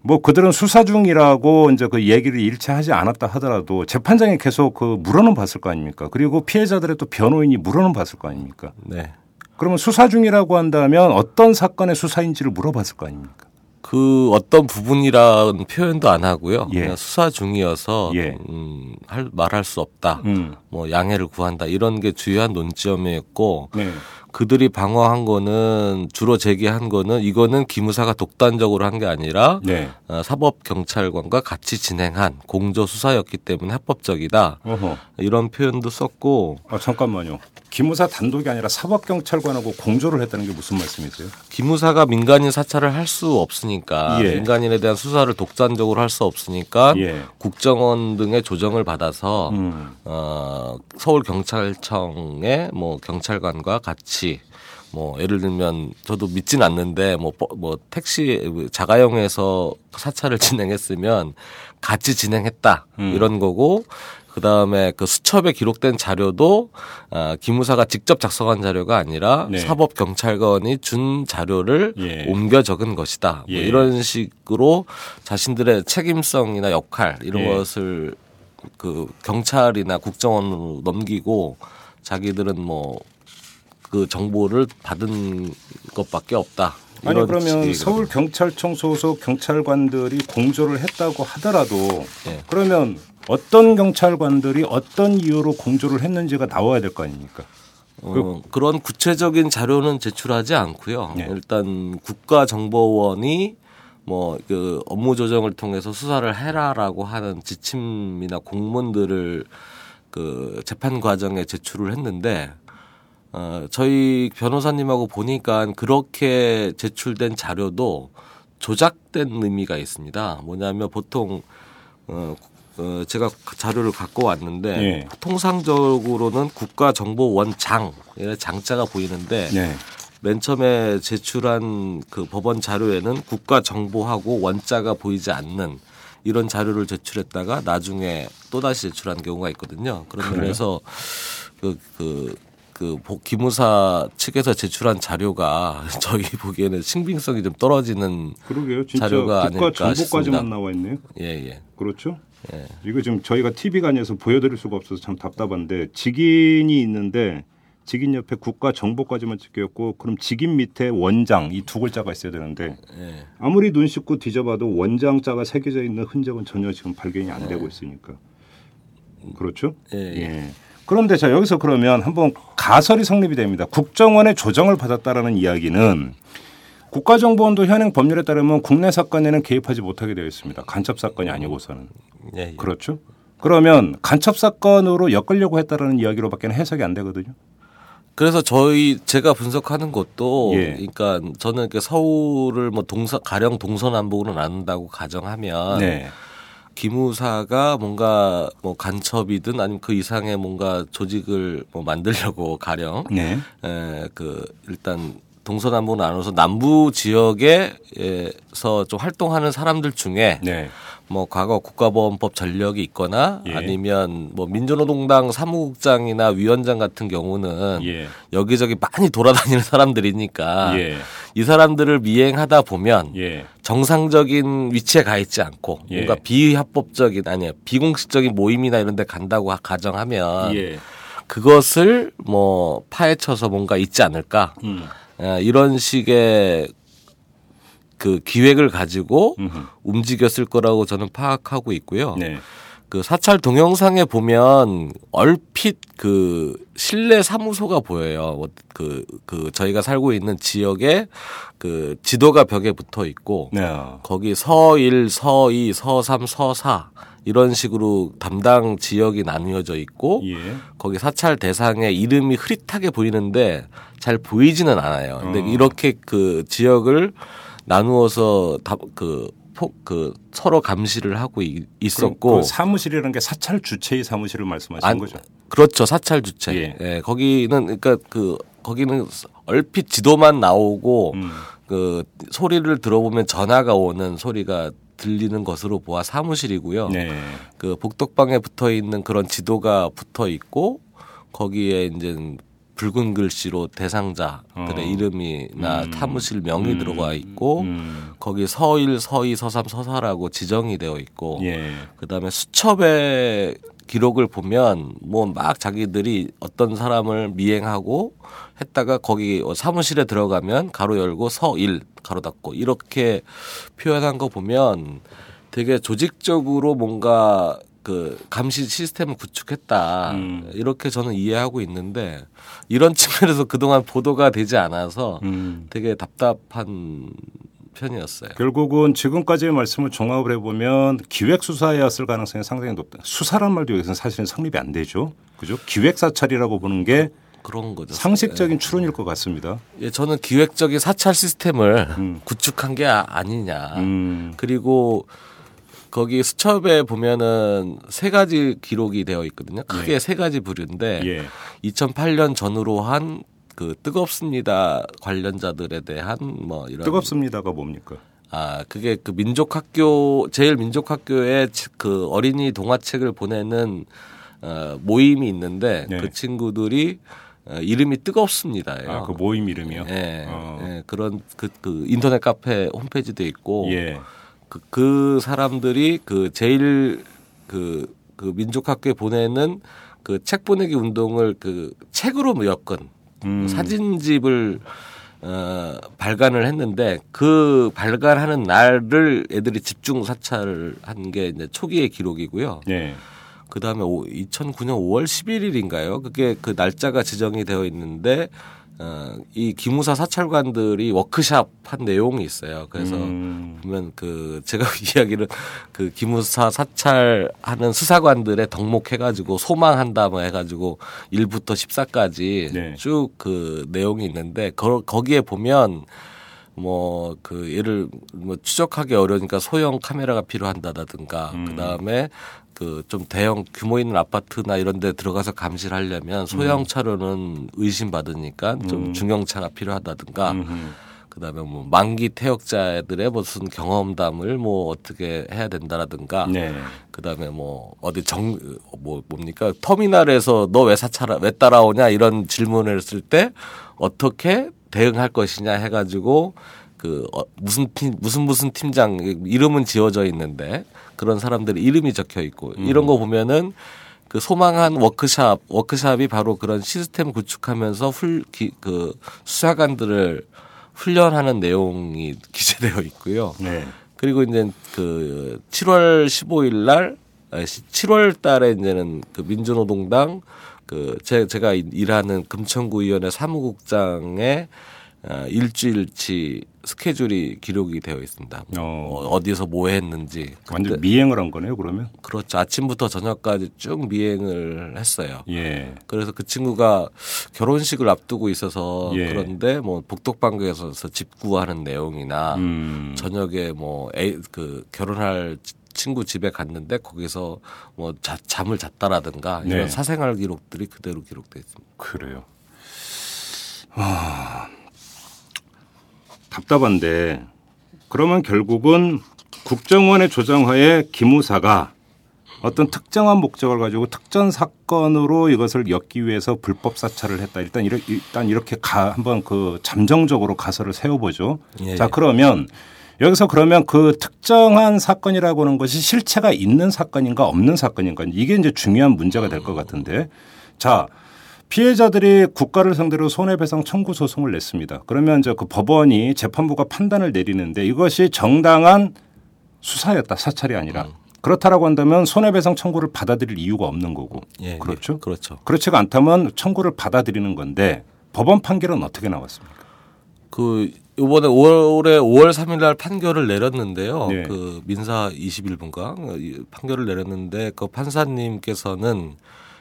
B: 뭐 그들은 수사 중이라고 이제 그 얘기를 일체 하지 않았다 하더라도 재판장이 계속 그 물어는 봤을 거 아닙니까? 그리고 피해자들의 또 변호인이 물어는 봤을 거 아닙니까?
I: 네.
B: 그러면 수사 중이라고 한다면 어떤 사건의 수사인지를 물어봤을 거 아닙니까?
I: 그 어떤 부분이란 표현도 안 하고요.
B: 예.
I: 그냥 수사 중이어서
B: 예.
I: 음, 할, 말할 수 없다.
B: 음.
I: 뭐 양해를 구한다 이런 게 주요한 논점이었고
B: 네.
I: 그들이 방어한 거는 주로 제기한 거는 이거는 기무사가 독단적으로 한 게 아니라
B: 네.
I: 어, 사법경찰관과 같이 진행한 공조수사였기 때문에 합법적이다.
B: 어허.
I: 이런 표현도 썼고
B: 아 잠깐만요. 기무사 단독이 아니라 사법경찰관하고 공조를 했다는 게 무슨 말씀이세요?
I: 기무사가 민간인 사찰을 할 수 없으니까
B: 예.
I: 민간인에 대한 수사를 독단적으로 할 수 없으니까
B: 예.
I: 국정원 등의 조정을 받아서
B: 음.
I: 어, 서울 경찰청의 뭐 경찰관과 같이 뭐 예를 들면 저도 믿진 않는데 뭐 뭐 택시 자가용에서 사찰을 진행했으면 같이 진행했다
B: 음.
I: 이런 거고 그 다음에 그 수첩에 기록된 자료도 아, 기무사가 직접 작성한 자료가 아니라
B: 네.
I: 사법 경찰관이 준 자료를
B: 예.
I: 옮겨 적은 것이다 뭐
B: 예.
I: 이런 식으로 자신들의 책임성이나 역할 이런
B: 예.
I: 것을 그 경찰이나 국정원으로 넘기고 자기들은 뭐 그 정보를 받은 것밖에 없다.
B: 아니
I: 이런
B: 그러면
I: 식이거든요.
B: 서울 경찰청 소속 경찰관들이 공조를 했다고 하더라도
I: 예.
B: 그러면 어떤 경찰관들이 어떤 이유로 공조를 했는지가 나와야 될 거 아닙니까?
I: 어, 그런 구체적인 자료는 제출하지 않고요.
B: 네.
I: 일단 국가정보원이 뭐 그 업무 조정을 통해서 수사를 해라라고 하는 지침이나 공문들을 그 재판 과정에 제출을 했는데 어, 저희 변호사님하고 보니까 그렇게 제출된 자료도 조작된 의미가 있습니다. 뭐냐면 보통 어, 어, 제가 그 자료를 갖고 왔는데
B: 예.
I: 통상적으로는 국가정보원장 예, 장자가 보이는데
B: 네.
I: 맨 처음에 제출한 그 법원 자료에는 국가정보하고 원자가 보이지 않는 이런 자료를 제출했다가 나중에 또 다시 제출한 경우가 있거든요. 그런 면에서 그, 그, 그, 보- 기무사 측에서 제출한 자료가 저희 보기에는 신빙성이 좀 떨어지는
B: 그러게요.
I: 진짜 자료가 국가 아닐까 정보까지만 싶습니다.
B: 나와 있네요.
I: 예, 예.
B: 그렇죠? 이거 지금 저희가 TV가 아니어서 보여드릴 수가 없어서 참 답답한데 직인이 있는데 직인 옆에 국가 정보까지만 찍혀있고 그럼 직인 밑에 원장 이 두 글자가 있어야 되는데
I: 예.
B: 아무리 눈 씻고 뒤져봐도 원장자가 새겨져 있는 흔적은 전혀 지금 발견이 안 되고 있으니까 그렇죠?
I: 예, 예.
B: 그런데 자 여기서 그러면 한번 가설이 성립이 됩니다. 국정원의 조정을 받았다라는 이야기는 국가정보원도 현행 법률에 따르면 국내 사건에는 개입하지 못하게 되어 있습니다. 간첩 사건이 아니고서는
I: 예, 예.
B: 그렇죠. 그러면 간첩 사건으로 엮으려고 했다라는 이야기로밖에 해석이 안 되거든요.
I: 그래서 저희 제가 분석하는 것도
B: 예.
I: 그러니까 저는 이렇게 서울을 뭐 동서 가령 동서남북으로 나눈다고 가정하면
B: 네.
I: 기무사가 뭔가 뭐 간첩이든 아니면 그 이상의 뭔가 조직을 뭐 만들려고 가령
B: 네.
I: 에, 그 일단 동서남북 나눠서 남부 지역에서 좀 활동하는 사람들 중에
B: 네.
I: 뭐 과거 국가보안법 전력이 있거나
B: 예.
I: 아니면 뭐 민주노동당 사무국장이나 위원장 같은 경우는
B: 예.
I: 여기저기 많이 돌아다니는 사람들이니까
B: 예.
I: 이 사람들을 미행하다 보면
B: 예.
I: 정상적인 위치에 가 있지 않고
B: 예.
I: 뭔가 비합법적인 아니 비공식적인 모임이나 이런 데 간다고 하- 가정하면
B: 예.
I: 그것을 뭐 파헤쳐서 뭔가 있지 않을까
B: 음.
I: 어, 이런 식의 예, 그 기획을 가지고
B: 음흠.
I: 움직였을 거라고 저는 파악하고 있고요.
B: 네.
I: 그 사찰 동영상에 보면 얼핏 그 실내 사무소가 보여요. 그, 그 저희가 살고 있는 지역에 그 지도가 벽에 붙어 있고
B: 네.
I: 거기 서일, 서이, 서삼, 서사 이런 식으로 담당 지역이 나누어져 있고
B: 예.
I: 거기 사찰 대상의 이름이 흐릿하게 보이는데 잘 보이지는 않아요. 근데
B: 어.
I: 이렇게 그 지역을 나누어서 다그 그 서로 감시를 하고 이- 있었고
B: 그 사무실이라는 게 사찰 주체의 사무실을 말씀하시는
I: 안-
B: 아, 거죠.
I: 그렇죠 사찰 주체.
B: 예.
I: 예. 거기는 그러니까 그 거기는 얼핏 지도만 나오고
B: 음.
I: 그 소리를 들어보면 전화가 오는 소리가 들리는 것으로 보아 사무실이고요.
B: 네.
I: 그 복덕방에 붙어 있는 그런 지도가 붙어 있고 거기에 이제 붉은 글씨로 대상자들의
B: 어.
I: 이름이나
B: 음.
I: 사무실 명이
B: 음.
I: 들어가 있고
B: 음.
I: 거기 서일, 서이, 서삼, 서사라고 지정이 되어 있고
B: 예.
I: 그다음에 수첩의 기록을 보면 뭐 막 자기들이 어떤 사람을 미행하고 했다가 거기 사무실에 들어가면 가로 열고 서일 가로 닫고 이렇게 표현한 거 보면 되게 조직적으로 뭔가 그 감시 시스템을 구축했다
B: 음.
I: 이렇게 저는 이해하고 있는데 이런 측면에서 그동안 보도가 되지 않아서
B: 음.
I: 되게 답답한 편이었어요.
B: 그 결국은 지금까지의 말씀을 종합을 해보면 기획 수사였을 가능성이 상당히 높다. 수사란 말도 여기서는 사실은 성립이 안 되죠. 그죠? 기획 사찰이라고 보는 게
I: 그런 거죠. 네.
B: 상식적인 추론일 것 같습니다.
I: 예, 저는 기획적인 사찰 시스템을
B: 음.
I: 구축한 게 아, 니냐
B: 음.
I: 그리고 거기 수첩에 보면은 세 가지 기록이 되어 있거든요. 크게 세 가지 부류인데
B: 네. 예.
I: 2008년 전후로 한 그 뜨겁습니다 관련자들에 대한 뭐 이런
B: 뜨겁습니다가 뭡니까?
I: 아 그게 그 민족학교 제일 민족학교에 치- 그 어린이 동화책을 보내는 어, 모임이 있는데
B: 네.
I: 그 친구들이 어, 이름이 뜨겁습니다예요.
B: 아, 그 모임 이름이요.
I: 네. 예,
B: 어.
I: 예, 그런 그, 그 인터넷 카페 홈페이지도 있고
B: 예.
I: 그, 그 사람들이 그 제일 그, 그 민족학교에 보내는 그 책 보내기 운동을 그 책으로 엮은
B: 음.
I: 사진집을 어, 발간을 했는데 그 발간하는 날을 애들이 집중 사찰을 한 게 이제 초기의 기록이고요.
B: 예.
I: 그 다음에 2009년 5월 11일인가요? 그게 그 날짜가 지정이 되어 있는데, 어, 이 기무사 사찰관들이 워크샵 한 내용이 있어요. 그래서
B: 음.
I: 보면 그 제가 이야기를 그 기무사 사찰하는 수사관들의 덕목해가지고 소망한다 뭐 해가지고 1부터 14까지
B: 네.
I: 쭉 그 내용이 있는데 거, 거기에 보면 뭐 그 얘를 뭐 추적하기 어려우니까 소형 카메라가 필요한다라든가 그다음에 그 좀 대형 규모 있는 아파트나 이런 데 들어가서 감시를 하려면
B: 음.
I: 소형 차로는 의심받으니까 좀 중형차가 필요하다든가
B: 음흠.
I: 그다음에 뭐 만기 퇴역자들의 무슨 경험담을 뭐 어떻게 해야 된다라든가
B: 네.
I: 그다음에 뭐 어디 정 뭐 뭡니까 터미널에서 너 왜 사찰 왜 따라오냐 이런 질문을 했을 때 어떻게 대응할 것이냐 해가지고 그 어, 무슨 팀 무슨 무슨 팀장 이름은 지어져 있는데 그런 사람들의 이름이 적혀 있고 이런 거 보면은 그 소망한 워크샵 워크샵이 바로 그런 시스템 구축하면서 훌 그 수사관들을 훈련하는 내용이 기재되어 있고요.
B: 네.
I: 그리고 이제 그 7월 15일 날 7월 달에 이제는 그 민주노동당 그 제, 제가 일하는 금천구의원의 사무국장의 어, 일주일치 스케줄이 기록이 되어 있습니다.
B: 어.
I: 어, 어디서 뭐 했는지.
B: 완전
I: 근데
B: 미행을 한 거네요, 그러면.
I: 그렇죠. 아침부터 저녁까지 쭉 미행을 했어요.
B: 예.
I: 그래서 그 친구가 결혼식을 앞두고 있어서
B: 예.
I: 그런데 뭐 복덕방에서 집구하는 내용이나
B: 음.
I: 저녁에 뭐 그 결혼할 치- 친구 집에 갔는데 거기서 뭐 자- 잠을 잤다라든가 이런
B: 네.
I: 사생활 기록들이 그대로 기록돼 있습니다.
B: 그래요. 아, 답답한데 그러면 결국은 국정원의 조정하에 기무사가 어떤 특정한 목적을 가지고 특정 사건으로 이것을 엮기 위해서 불법 사찰을 했다. 일단 이렇 일단 이렇게 가 한번 그 잠정적으로 가설을 세워보죠.
I: 예,
B: 자
I: 예.
B: 그러면 여기서 그러면 그 특정한 사건이라고 하는 것이 실체가 있는 사건인가 없는 사건인가 이게 이제 중요한 문제가 될 것 같은데 자 피해자들이 국가를 상대로 손해배상 청구 소송을 냈습니다. 그러면 이제 그 법원이 재판부가 판단을 내리는데 이것이 정당한 수사였다 사찰이
I: 음.
B: 아니라 그렇다라고 한다면 손해배상 청구를 받아들일 이유가 없는 거고
I: 예,
B: 그렇죠.
I: 예, 그렇죠.
B: 그렇지가 않다면 청구를 받아들이는 건데 법원 판결은 어떻게 나왔습니까?
I: 그 이번에 5월, 올해 5월 3일 날 판결을 내렸는데요.
B: 네.
I: 그 민사 21분가 판결을 내렸는데 그 판사님께서는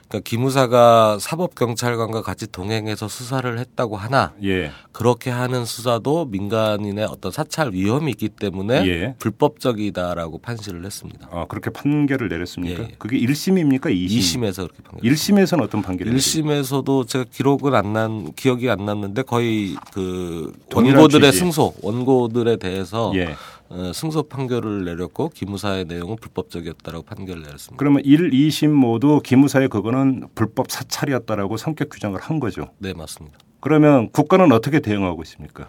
I: 그러니까 기무사가 사법 경찰관과 같이 동행해서 수사를 했다고 하나
B: 예,
I: 그렇게 하는 수사도 민간인의 어떤 사찰 위험이 있기 때문에
B: 예.
I: 불법적이다라고 판시를 했습니다.
B: 아, 그렇게 판결을 내렸습니까?
I: 예, 예.
B: 그게 1심입니까? 2심?
I: 2심에서 그렇게 판결.
B: 1심에서는 어떤 판결이
I: 일심에서도 제가 기록은 안 난 기억이 안 남는데 거의 그 원고들의
B: 취지.
I: 승소 원고들에 대해서
B: 예.
I: 어, 승소 판결을 내렸고 기무사의 내용은 불법적이었다라고 판결을 내렸습니다.
B: 그러면 1, 2심 모두 기무사의 그거는 불법 사찰이었다라고 성격 규정을 한 거죠.
I: 네 맞습니다.
B: 그러면 국가는 어떻게 대응하고 있습니까?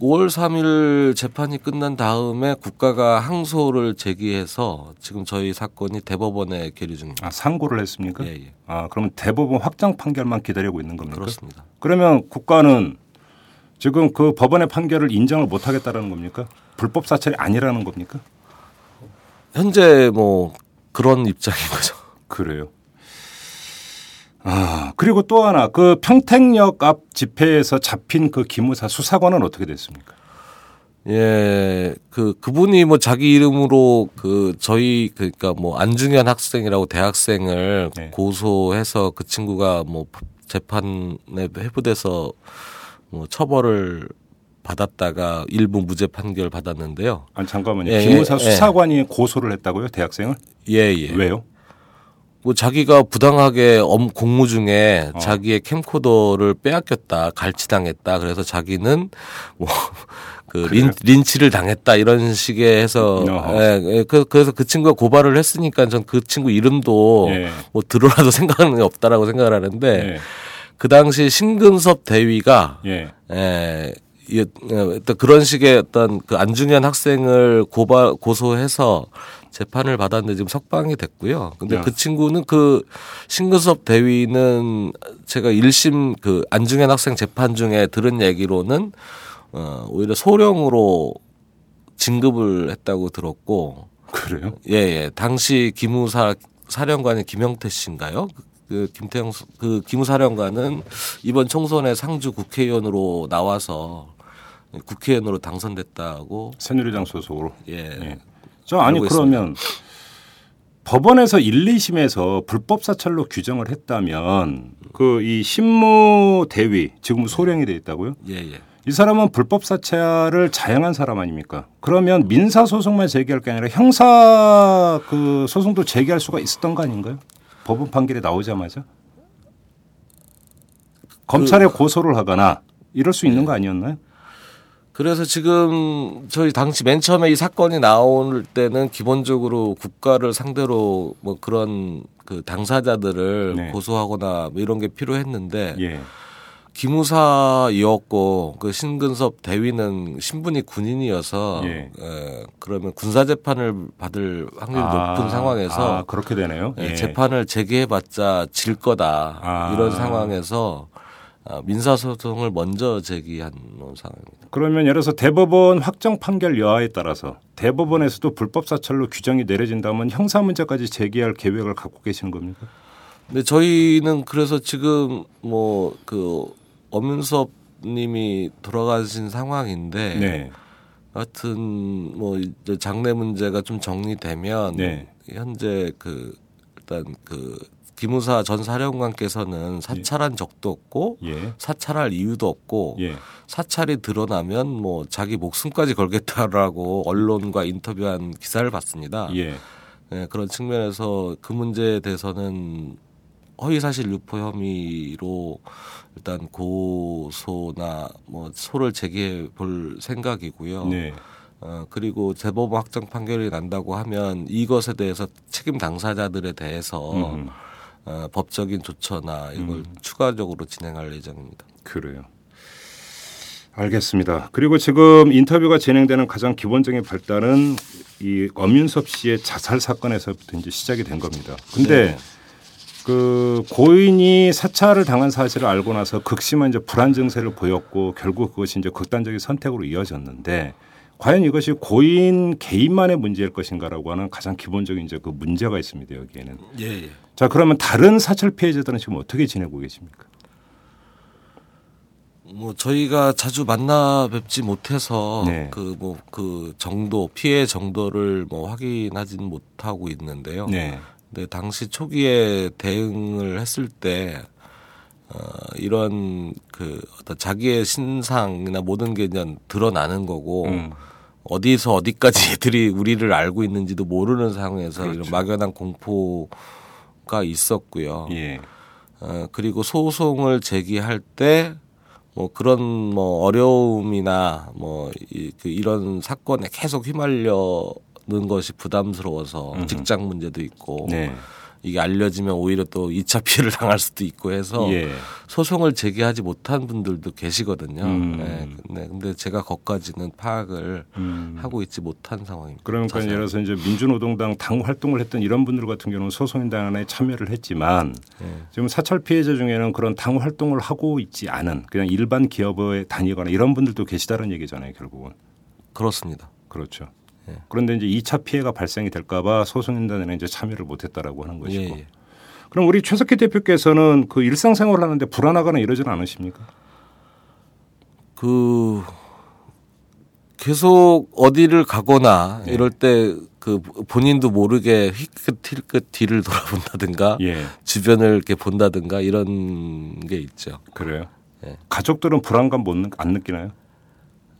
I: 5월 3일 재판이 끝난 다음에 국가가 항소를 제기해서 지금 저희 사건이 대법원에 계류 중입니다.
B: 아, 상고를 했습니까? 그러니까?
I: 예, 예.
B: 아, 그러면 대법원 확정 판결만 기다리고 있는 겁니까?
I: 그렇습니다.
B: 그러면 국가는 지금 그 법원의 판결을 인정을 못 하겠다라는 겁니까? 불법 사찰이 아니라는 겁니까?
I: 현재 뭐 그런 입장인 거죠.
B: 그래요. 아, 그리고 또 하나 그 평택역 앞 집회에서 잡힌 그 기무사 수사관은 어떻게 됐습니까?
I: 예, 그 그분이 뭐 자기 이름으로 그 저희 그러니까 뭐 안중현 학생이라고 대학생을
B: 네.
I: 고소해서 그 친구가 뭐 재판에 회부돼서 뭐 처벌을 받았다가 일부 무죄 판결 받았는데요.
B: 아, 잠깐만요.
I: 예,
B: 기무사
I: 예, 예.
B: 수사관이 고소를 했다고요? 대학생을?
I: 예, 예.
B: 왜요?
I: 뭐 자기가 부당하게 엄 공무 중에
B: 어.
I: 자기의 캠코더를 빼앗겼다, 갈취당했다. 그래서 자기는 뭐 그 린치를 당했다 이런 식의 해서
B: 어허.
I: 예, 예, 그, 그래서 그 친구가 고발을 했으니까 전 그 친구 이름도
B: 예.
I: 뭐 들어라도 생각은 없다라고 생각을 하는데
B: 예.
I: 그 당시 신근섭 대위가
B: 예.
I: 예, 이, 어, 어떤 그런 식의 어떤 그 안중현 학생을 고발 고소해서 재판을 받았는데 지금 석방이 됐고요. 근데
B: 네.
I: 그 친구는 그 신근섭 대위는 제가 1심 그 안중현 학생 재판 중에 들은 얘기로는 어, 오히려 소령으로 진급을 했다고 들었고
B: 그래요?
I: 예, 예. 당시 기무사 사령관이 김영태 씨인가요? 그- 그 김태형 수- 그 기무사령관은 이번 총선에 상주 국회의원으로 나와서 국회의원으로 당선됐다고
B: 새누리당 소속으로.
I: 예.
B: 예. 저 아니
I: 알고
B: 그러면 법원에서 1, 2심에서 불법 사찰로 규정을 했다면 그 이 신모 대위
I: 네.
B: 지금 소령이 돼 있다고요?
I: 예, 예.
B: 이 사람은 불법 사찰을 자행한 사람 아닙니까? 그러면 민사 소송만 제기할 게 아니라 형사 그 소송도 제기할 수가 있었던 거 아닌가요? 법원 판결이 나오자마자 검찰에
I: 그
B: 고소를 하거나 이럴 수
I: 네.
B: 있는 거 아니었나요?
I: 그래서 지금 저희 당시 맨 처음에 이 사건이 나올 때는 기본적으로 국가를 상대로 뭐 그런 그 당사자들을
B: 네.
I: 고소하거나 뭐 이런 게 필요했는데
B: 예.
I: 기무사였고 그 신근섭 대위는 신분이 군인이어서
B: 예.
I: 에, 그러면 군사 재판을 받을 확률이
B: 아,
I: 높은 상황에서
B: 아, 그렇게 되네요.
I: 예,
B: 예.
I: 재판을 제기해봤자 질 거다
B: 아.
I: 이런 상황에서 아, 민사소송을 먼저 제기한 상황입니다.
B: 그러면 예를 들어서 대법원 확정 판결 여하에 따라서 대법원에서도 불법 사찰로 규정이 내려진다면 형사 문제까지 제기할 계획을 갖고 계시는 겁니까?
I: 근데 저희는 그래서 지금 뭐 그 엄윤섭 님이 돌아가신 상황인데
B: 네.
I: 하여튼 뭐 이제 장례 문제가 좀 정리되면
B: 네.
I: 현재 그 일단 그 기무사 전 사령관께서는 사찰한 적도 없고
B: 예.
I: 사찰할 이유도 없고
B: 예.
I: 사찰이 드러나면 뭐 자기 목숨까지 걸겠다라고 언론과 인터뷰한 기사를 봤습니다.
B: 예.
I: 예, 그런 측면에서 그 문제에 대해서는 허위사실 유포 혐의로 일단 고소나 뭐 소를 제기해 볼 생각이고요.
B: 네.
I: 어, 그리고 재범 확정 판결이 난다고 하면 이것에 대해서 책임 당사자들에 대해서
B: 음.
I: 어, 법적인 조처나 이걸 추가적으로 진행할 예정입니다.
B: 그래요. 알겠습니다. 그리고 지금 인터뷰가 진행되는 가장 기본적인 발단은 이 엄윤섭 씨의 자살 사건에서부터 이제 시작이 된 겁니다. 근데
I: 네.
B: 그 고인이 사찰을 당한 사실을 알고 나서 극심한 이제 불안 증세를 보였고 결국 그것이 이제 극단적인 선택으로 이어졌는데 과연 이것이 고인 개인만의 문제일 것인가라고 하는 가장 기본적인 이제 그 문제가 있습니다 여기에는.
I: 예, 예.
B: 자 그러면 다른 사찰 피해자들은 지금 어떻게 지내고 계십니까?
I: 뭐 저희가 자주 만나 뵙지 못해서
B: 네.
I: 그 뭐 그 정도 피해 정도를 뭐 확인하진 못하고 있는데요.
B: 네.
I: 근데 당시 초기에 대응을 했을 때 어, 이런 그 어떤 자기의 신상이나 모든 게 그냥 드러나는 거고
B: 음.
I: 어디서 어디까지 애들이 우리를 알고 있는지도 모르는 상황에서
B: 그렇죠.
I: 이런 막연한 공포가 있었고요.
B: 예.
I: 어, 그리고 소송을 제기할 때 뭐 그런 뭐 어려움이나 뭐 이, 그 이런 사건에 계속 휘말려는 것이 부담스러워서 직장 문제도 있고
B: 네.
I: 이게 알려지면 오히려 또 2차 피해를 당할 수도 있고 해서
B: 예.
I: 소송을 제기하지 못한 분들도 계시거든요.
B: 음.
I: 네, 근데, 근데 제가 거기까지는 파악을
B: 음.
I: 하고 있지 못한 상황입니다.
B: 그러니까
I: 자세히.
B: 예를 들어서 이제 민주노동당 당 활동을 했던 이런 분들 같은 경우는 소송인단에 참여를 했지만
I: 예.
B: 지금 사찰 피해자 중에는 그런 당 활동을 하고 있지 않은 그냥 일반 기업에 다니거나 이런 분들도 계시다는 얘기잖아요 결국은
I: 그렇습니다.
B: 그렇죠.
I: 예.
B: 그런데 이제 2차 피해가 발생이 될까봐 소송인단에는 이제 참여를 못했다라고 하는
I: 예,
B: 것이고.
I: 예.
B: 그럼 우리 최석희 대표께서는 그 일상생활을 하는데 불안하거나 이러지는 않으십니까?
I: 그 계속 어디를 가거나
B: 예.
I: 이럴 때 그 본인도 모르게 힐끗힐끗 뒤를 돌아본다든가
B: 예,
I: 주변을 이렇게 본다든가 이런 게 있죠.
B: 그래요.
I: 예.
B: 가족들은 불안감 못 느- 안 느끼나요?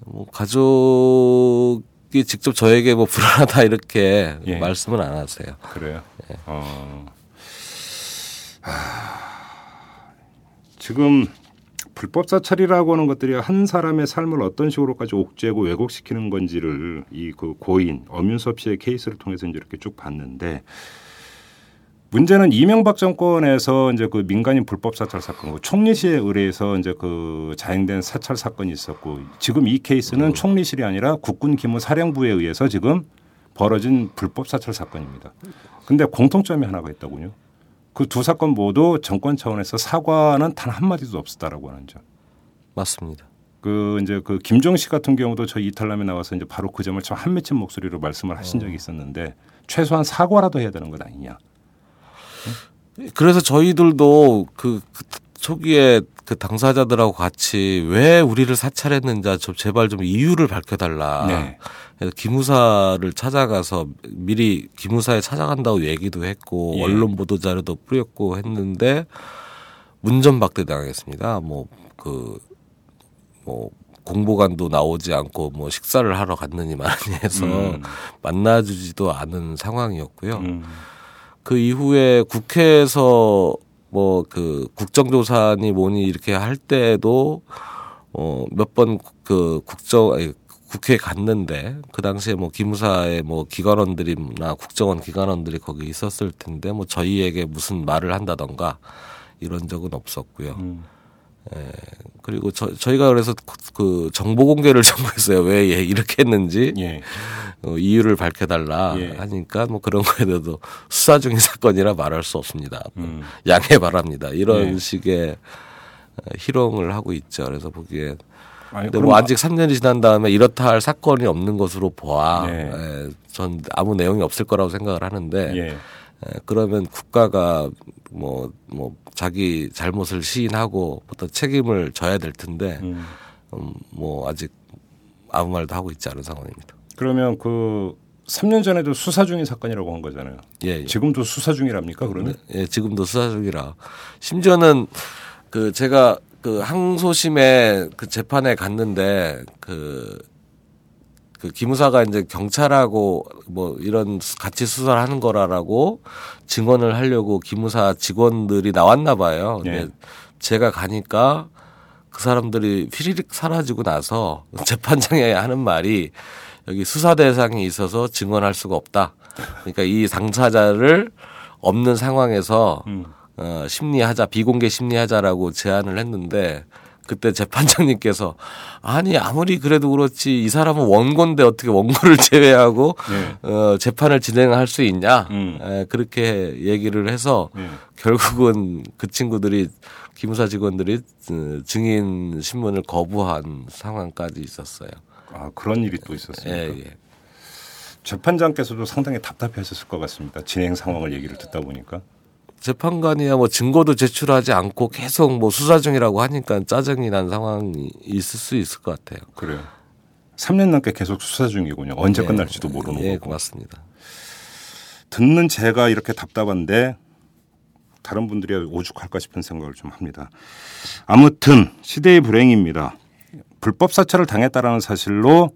I: 뭐 가족이 직접 저에게 뭐 불안하다 이렇게
B: 예.
I: 말씀은 안 하세요.
B: 그래요. 어. 하... 지금 불법 사찰이라고 하는 것들이 한 사람의 삶을 어떤 식으로까지 옥죄고 왜곡시키는 건지를 이 그 고인 엄윤섭 씨의 케이스를 통해서 이제 이렇게 쭉 봤는데 문제는 이명박 정권에서 이제 그 민간인 불법 사찰 사건, 그 총리실에 의뢰해서 이제 그 자행된 사찰 사건이 있었고 지금 이 케이스는 총리실이 아니라 국군 기무 사령부에 의해서 지금 벌어진 불법 사찰 사건입니다. 근데 공통점이 하나가 있다군요. 그 두 사건 모두 정권 차원에서 사과는 단 한마디도 없었다라고 하는 점.
I: 맞습니다.
B: 그 이제 그 김종 씨 같은 경우도 저희 이탈남에 나와서 이제 바로 그 점을 참 한맺힌 목소리로 말씀을 하신
I: 어.
B: 적이 있었는데 최소한 사과라도 해야 되는 것 아니냐.
I: 그래서 저희들도 그, 그 초기에 그 당사자들하고 같이 왜 우리를 사찰했는지 좀 제발 좀 이유를 밝혀달라.
B: 네.
I: 그래서 기무사를 찾아가서 미리 기무사에 찾아간다고 얘기도 했고
B: 예.
I: 언론 보도 자료도 뿌렸고 했는데 문전박대 당했습니다. 뭐 그 뭐 공보관도 나오지 않고 뭐 식사를 하러 갔느니 마느니 해서
B: 음.
I: 만나주지도 않은 상황이었고요. 그 이후에 국회에서 뭐 그 국정조사니 뭐니 이렇게 할 때도 어 몇 번 그 국정 아니, 국회에 갔는데 그 당시에 뭐 기무사의 뭐 기관원들이나 국정원 기관원들이 거기 있었을 텐데 뭐 저희에게 무슨 말을 한다던가 이런 적은 없었고요.
B: 음.
I: 예. 그리고 저, 저희가 그래서 그- 그 정보 공개를 청구했어요. 왜 예, 이렇게 했는지.
B: 예.
I: 어, 이유를 밝혀달라
B: 예.
I: 하니까 뭐 그런 거에 대해서 수사 중인 사건이라 말할 수 없습니다.
B: 음.
I: 양해 바랍니다. 이런
B: 예.
I: 식의 어, 희롱을 하고 있죠. 그래서 보기에
B: 아니,
I: 근데
B: 그럼
I: 뭐 아직 3년이 지난 다음에 이렇다 할 사건이 없는 것으로 보아
B: 네.
I: 예, 전 아무 내용이 없을 거라고 생각을 하는데
B: 예.
I: 예, 그러면 국가가 뭐 뭐 자기 잘못을 시인하고 어떤 책임을 져야 될 텐데
B: 음.
I: 음, 뭐 아직 아무 말도 하고 있지 않은 상황입니다.
B: 그러면 그 3년 전에도 수사 중인 사건이라고 한 거잖아요.
I: 예, 예.
B: 지금도 수사 중이랍니까? 그러면
I: 예, 지금도 수사 중이라. 심지어는 그 제가 그 항소심에 그 재판에 갔는데 그, 그 기무사가 이제 경찰하고 뭐 이런 수- 같이 수사를 하는 거라라고 증언을 하려고 기무사 직원들이 나왔나 봐요. 근데
B: 예.
I: 제가 가니까 그 사람들이 휘리릭 사라지고 나서 재판장에 하는 말이 여기 수사 대상이 있어서 증언할 수가 없다. 그러니까 이 당사자를 없는 상황에서 어, 심리하자 비공개 심리하자라고 제안을 했는데 그때 재판장님께서 아니 아무리 그래도 그렇지 이 사람은 원고인데 어떻게 원고를 제외하고 어, 재판을 진행할 수 있냐
B: 네. 음.
I: 에, 그렇게 얘기를 해서
B: 예.
I: 결국은 그 친구들이 기무사 직원들이 어, 증인 신문을 거부한 상황까지 있었어요.
B: 아 그런 일이 또 있었습니까?
I: 예, 예.
B: 재판장께서도 상당히 답답해하셨을 것 같습니다. 진행 상황을 얘기를 듣다 보니까.
I: 재판관이야 뭐 증거도 제출하지 않고 계속 뭐 수사 중이라고 하니까 짜증이 난 상황이 있을 수 있을 것 같아요.
B: 그래요. 네. 3년 넘게 계속 수사 중이군요. 언제
I: 예.
B: 끝날지도 모르는
I: 예,
B: 거고.
I: 맞습니다.
B: 듣는 제가 이렇게 답답한데 다른 분들이 오죽할까 싶은 생각을 좀 합니다. 아무튼 시대의 불행입니다. 불법 사찰을 당했다라는 사실로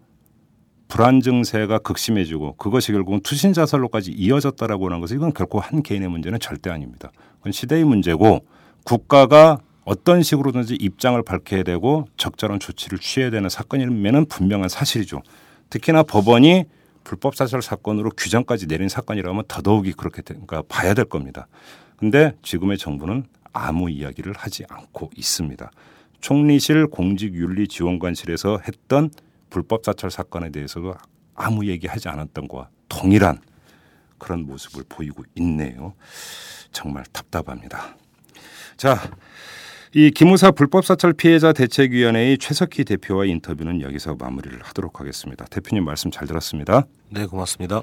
B: 불안 증세가 극심해지고 그것이 결국은 투신 자살로까지 이어졌다라고 하는 것은 이건 결코 한 개인의 문제는 절대 아닙니다. 그건 시대의 문제고 국가가 어떤 식으로든지 입장을 밝혀야 되고 적절한 조치를 취해야 되는 사건이면 분명한 사실이죠. 특히나 법원이 불법 사찰 사건으로 규정까지 내린 사건이라면 더더욱이 그렇게 되- 그러니까 봐야 될 겁니다. 근데 지금의 정부는 아무 이야기를 하지 않고 있습니다. 총리실 공직윤리지원관실에서 했던 불법 사찰 사건에 대해서도 아무 얘기하지 않았던 것과 동일한 그런 모습을 보이고 있네요. 정말 답답합니다. 자, 이 기무사 불법 사찰 피해자 대책위원회의 최석희 대표와의 인터뷰는 여기서 마무리를 하도록 하겠습니다. 대표님 말씀 잘 들었습니다.
I: 네, 고맙습니다.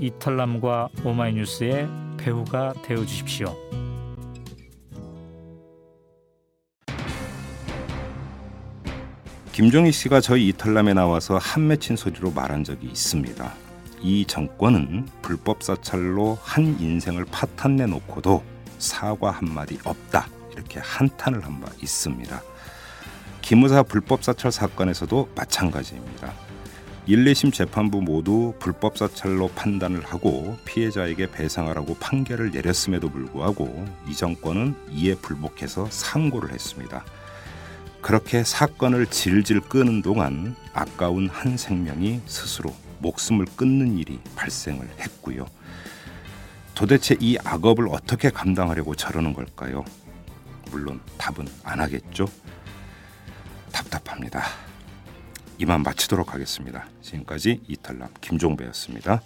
J: 이탈남과 오마이뉴스의 배우가 되어 주십시오.
B: 김종희 씨가 저희 이탈남에 나와서 한 맺힌 소리로 말한 적이 있습니다. 이 정권은 불법 사찰로 한 인생을 파탄내 놓고도 사과 한 마디 없다 이렇게 한탄을 한 바 있습니다. 기무사 불법 사찰 사건에서도 마찬가지입니다. 1, 2심 재판부 모두 불법 사찰로 판단을 하고 피해자에게 배상하라고 판결을 내렸음에도 불구하고 이 정권은 이에 불복해서 상고를 했습니다. 그렇게 사건을 질질 끄는 동안 아까운 한 생명이 스스로 목숨을 끊는 일이 발생을 했고요. 도대체 이 악업을 어떻게 감당하려고 저러는 걸까요? 물론 답은 안 하겠죠. 답답합니다. 이만 마치도록 하겠습니다. 지금까지 이탈남 김종배였습니다.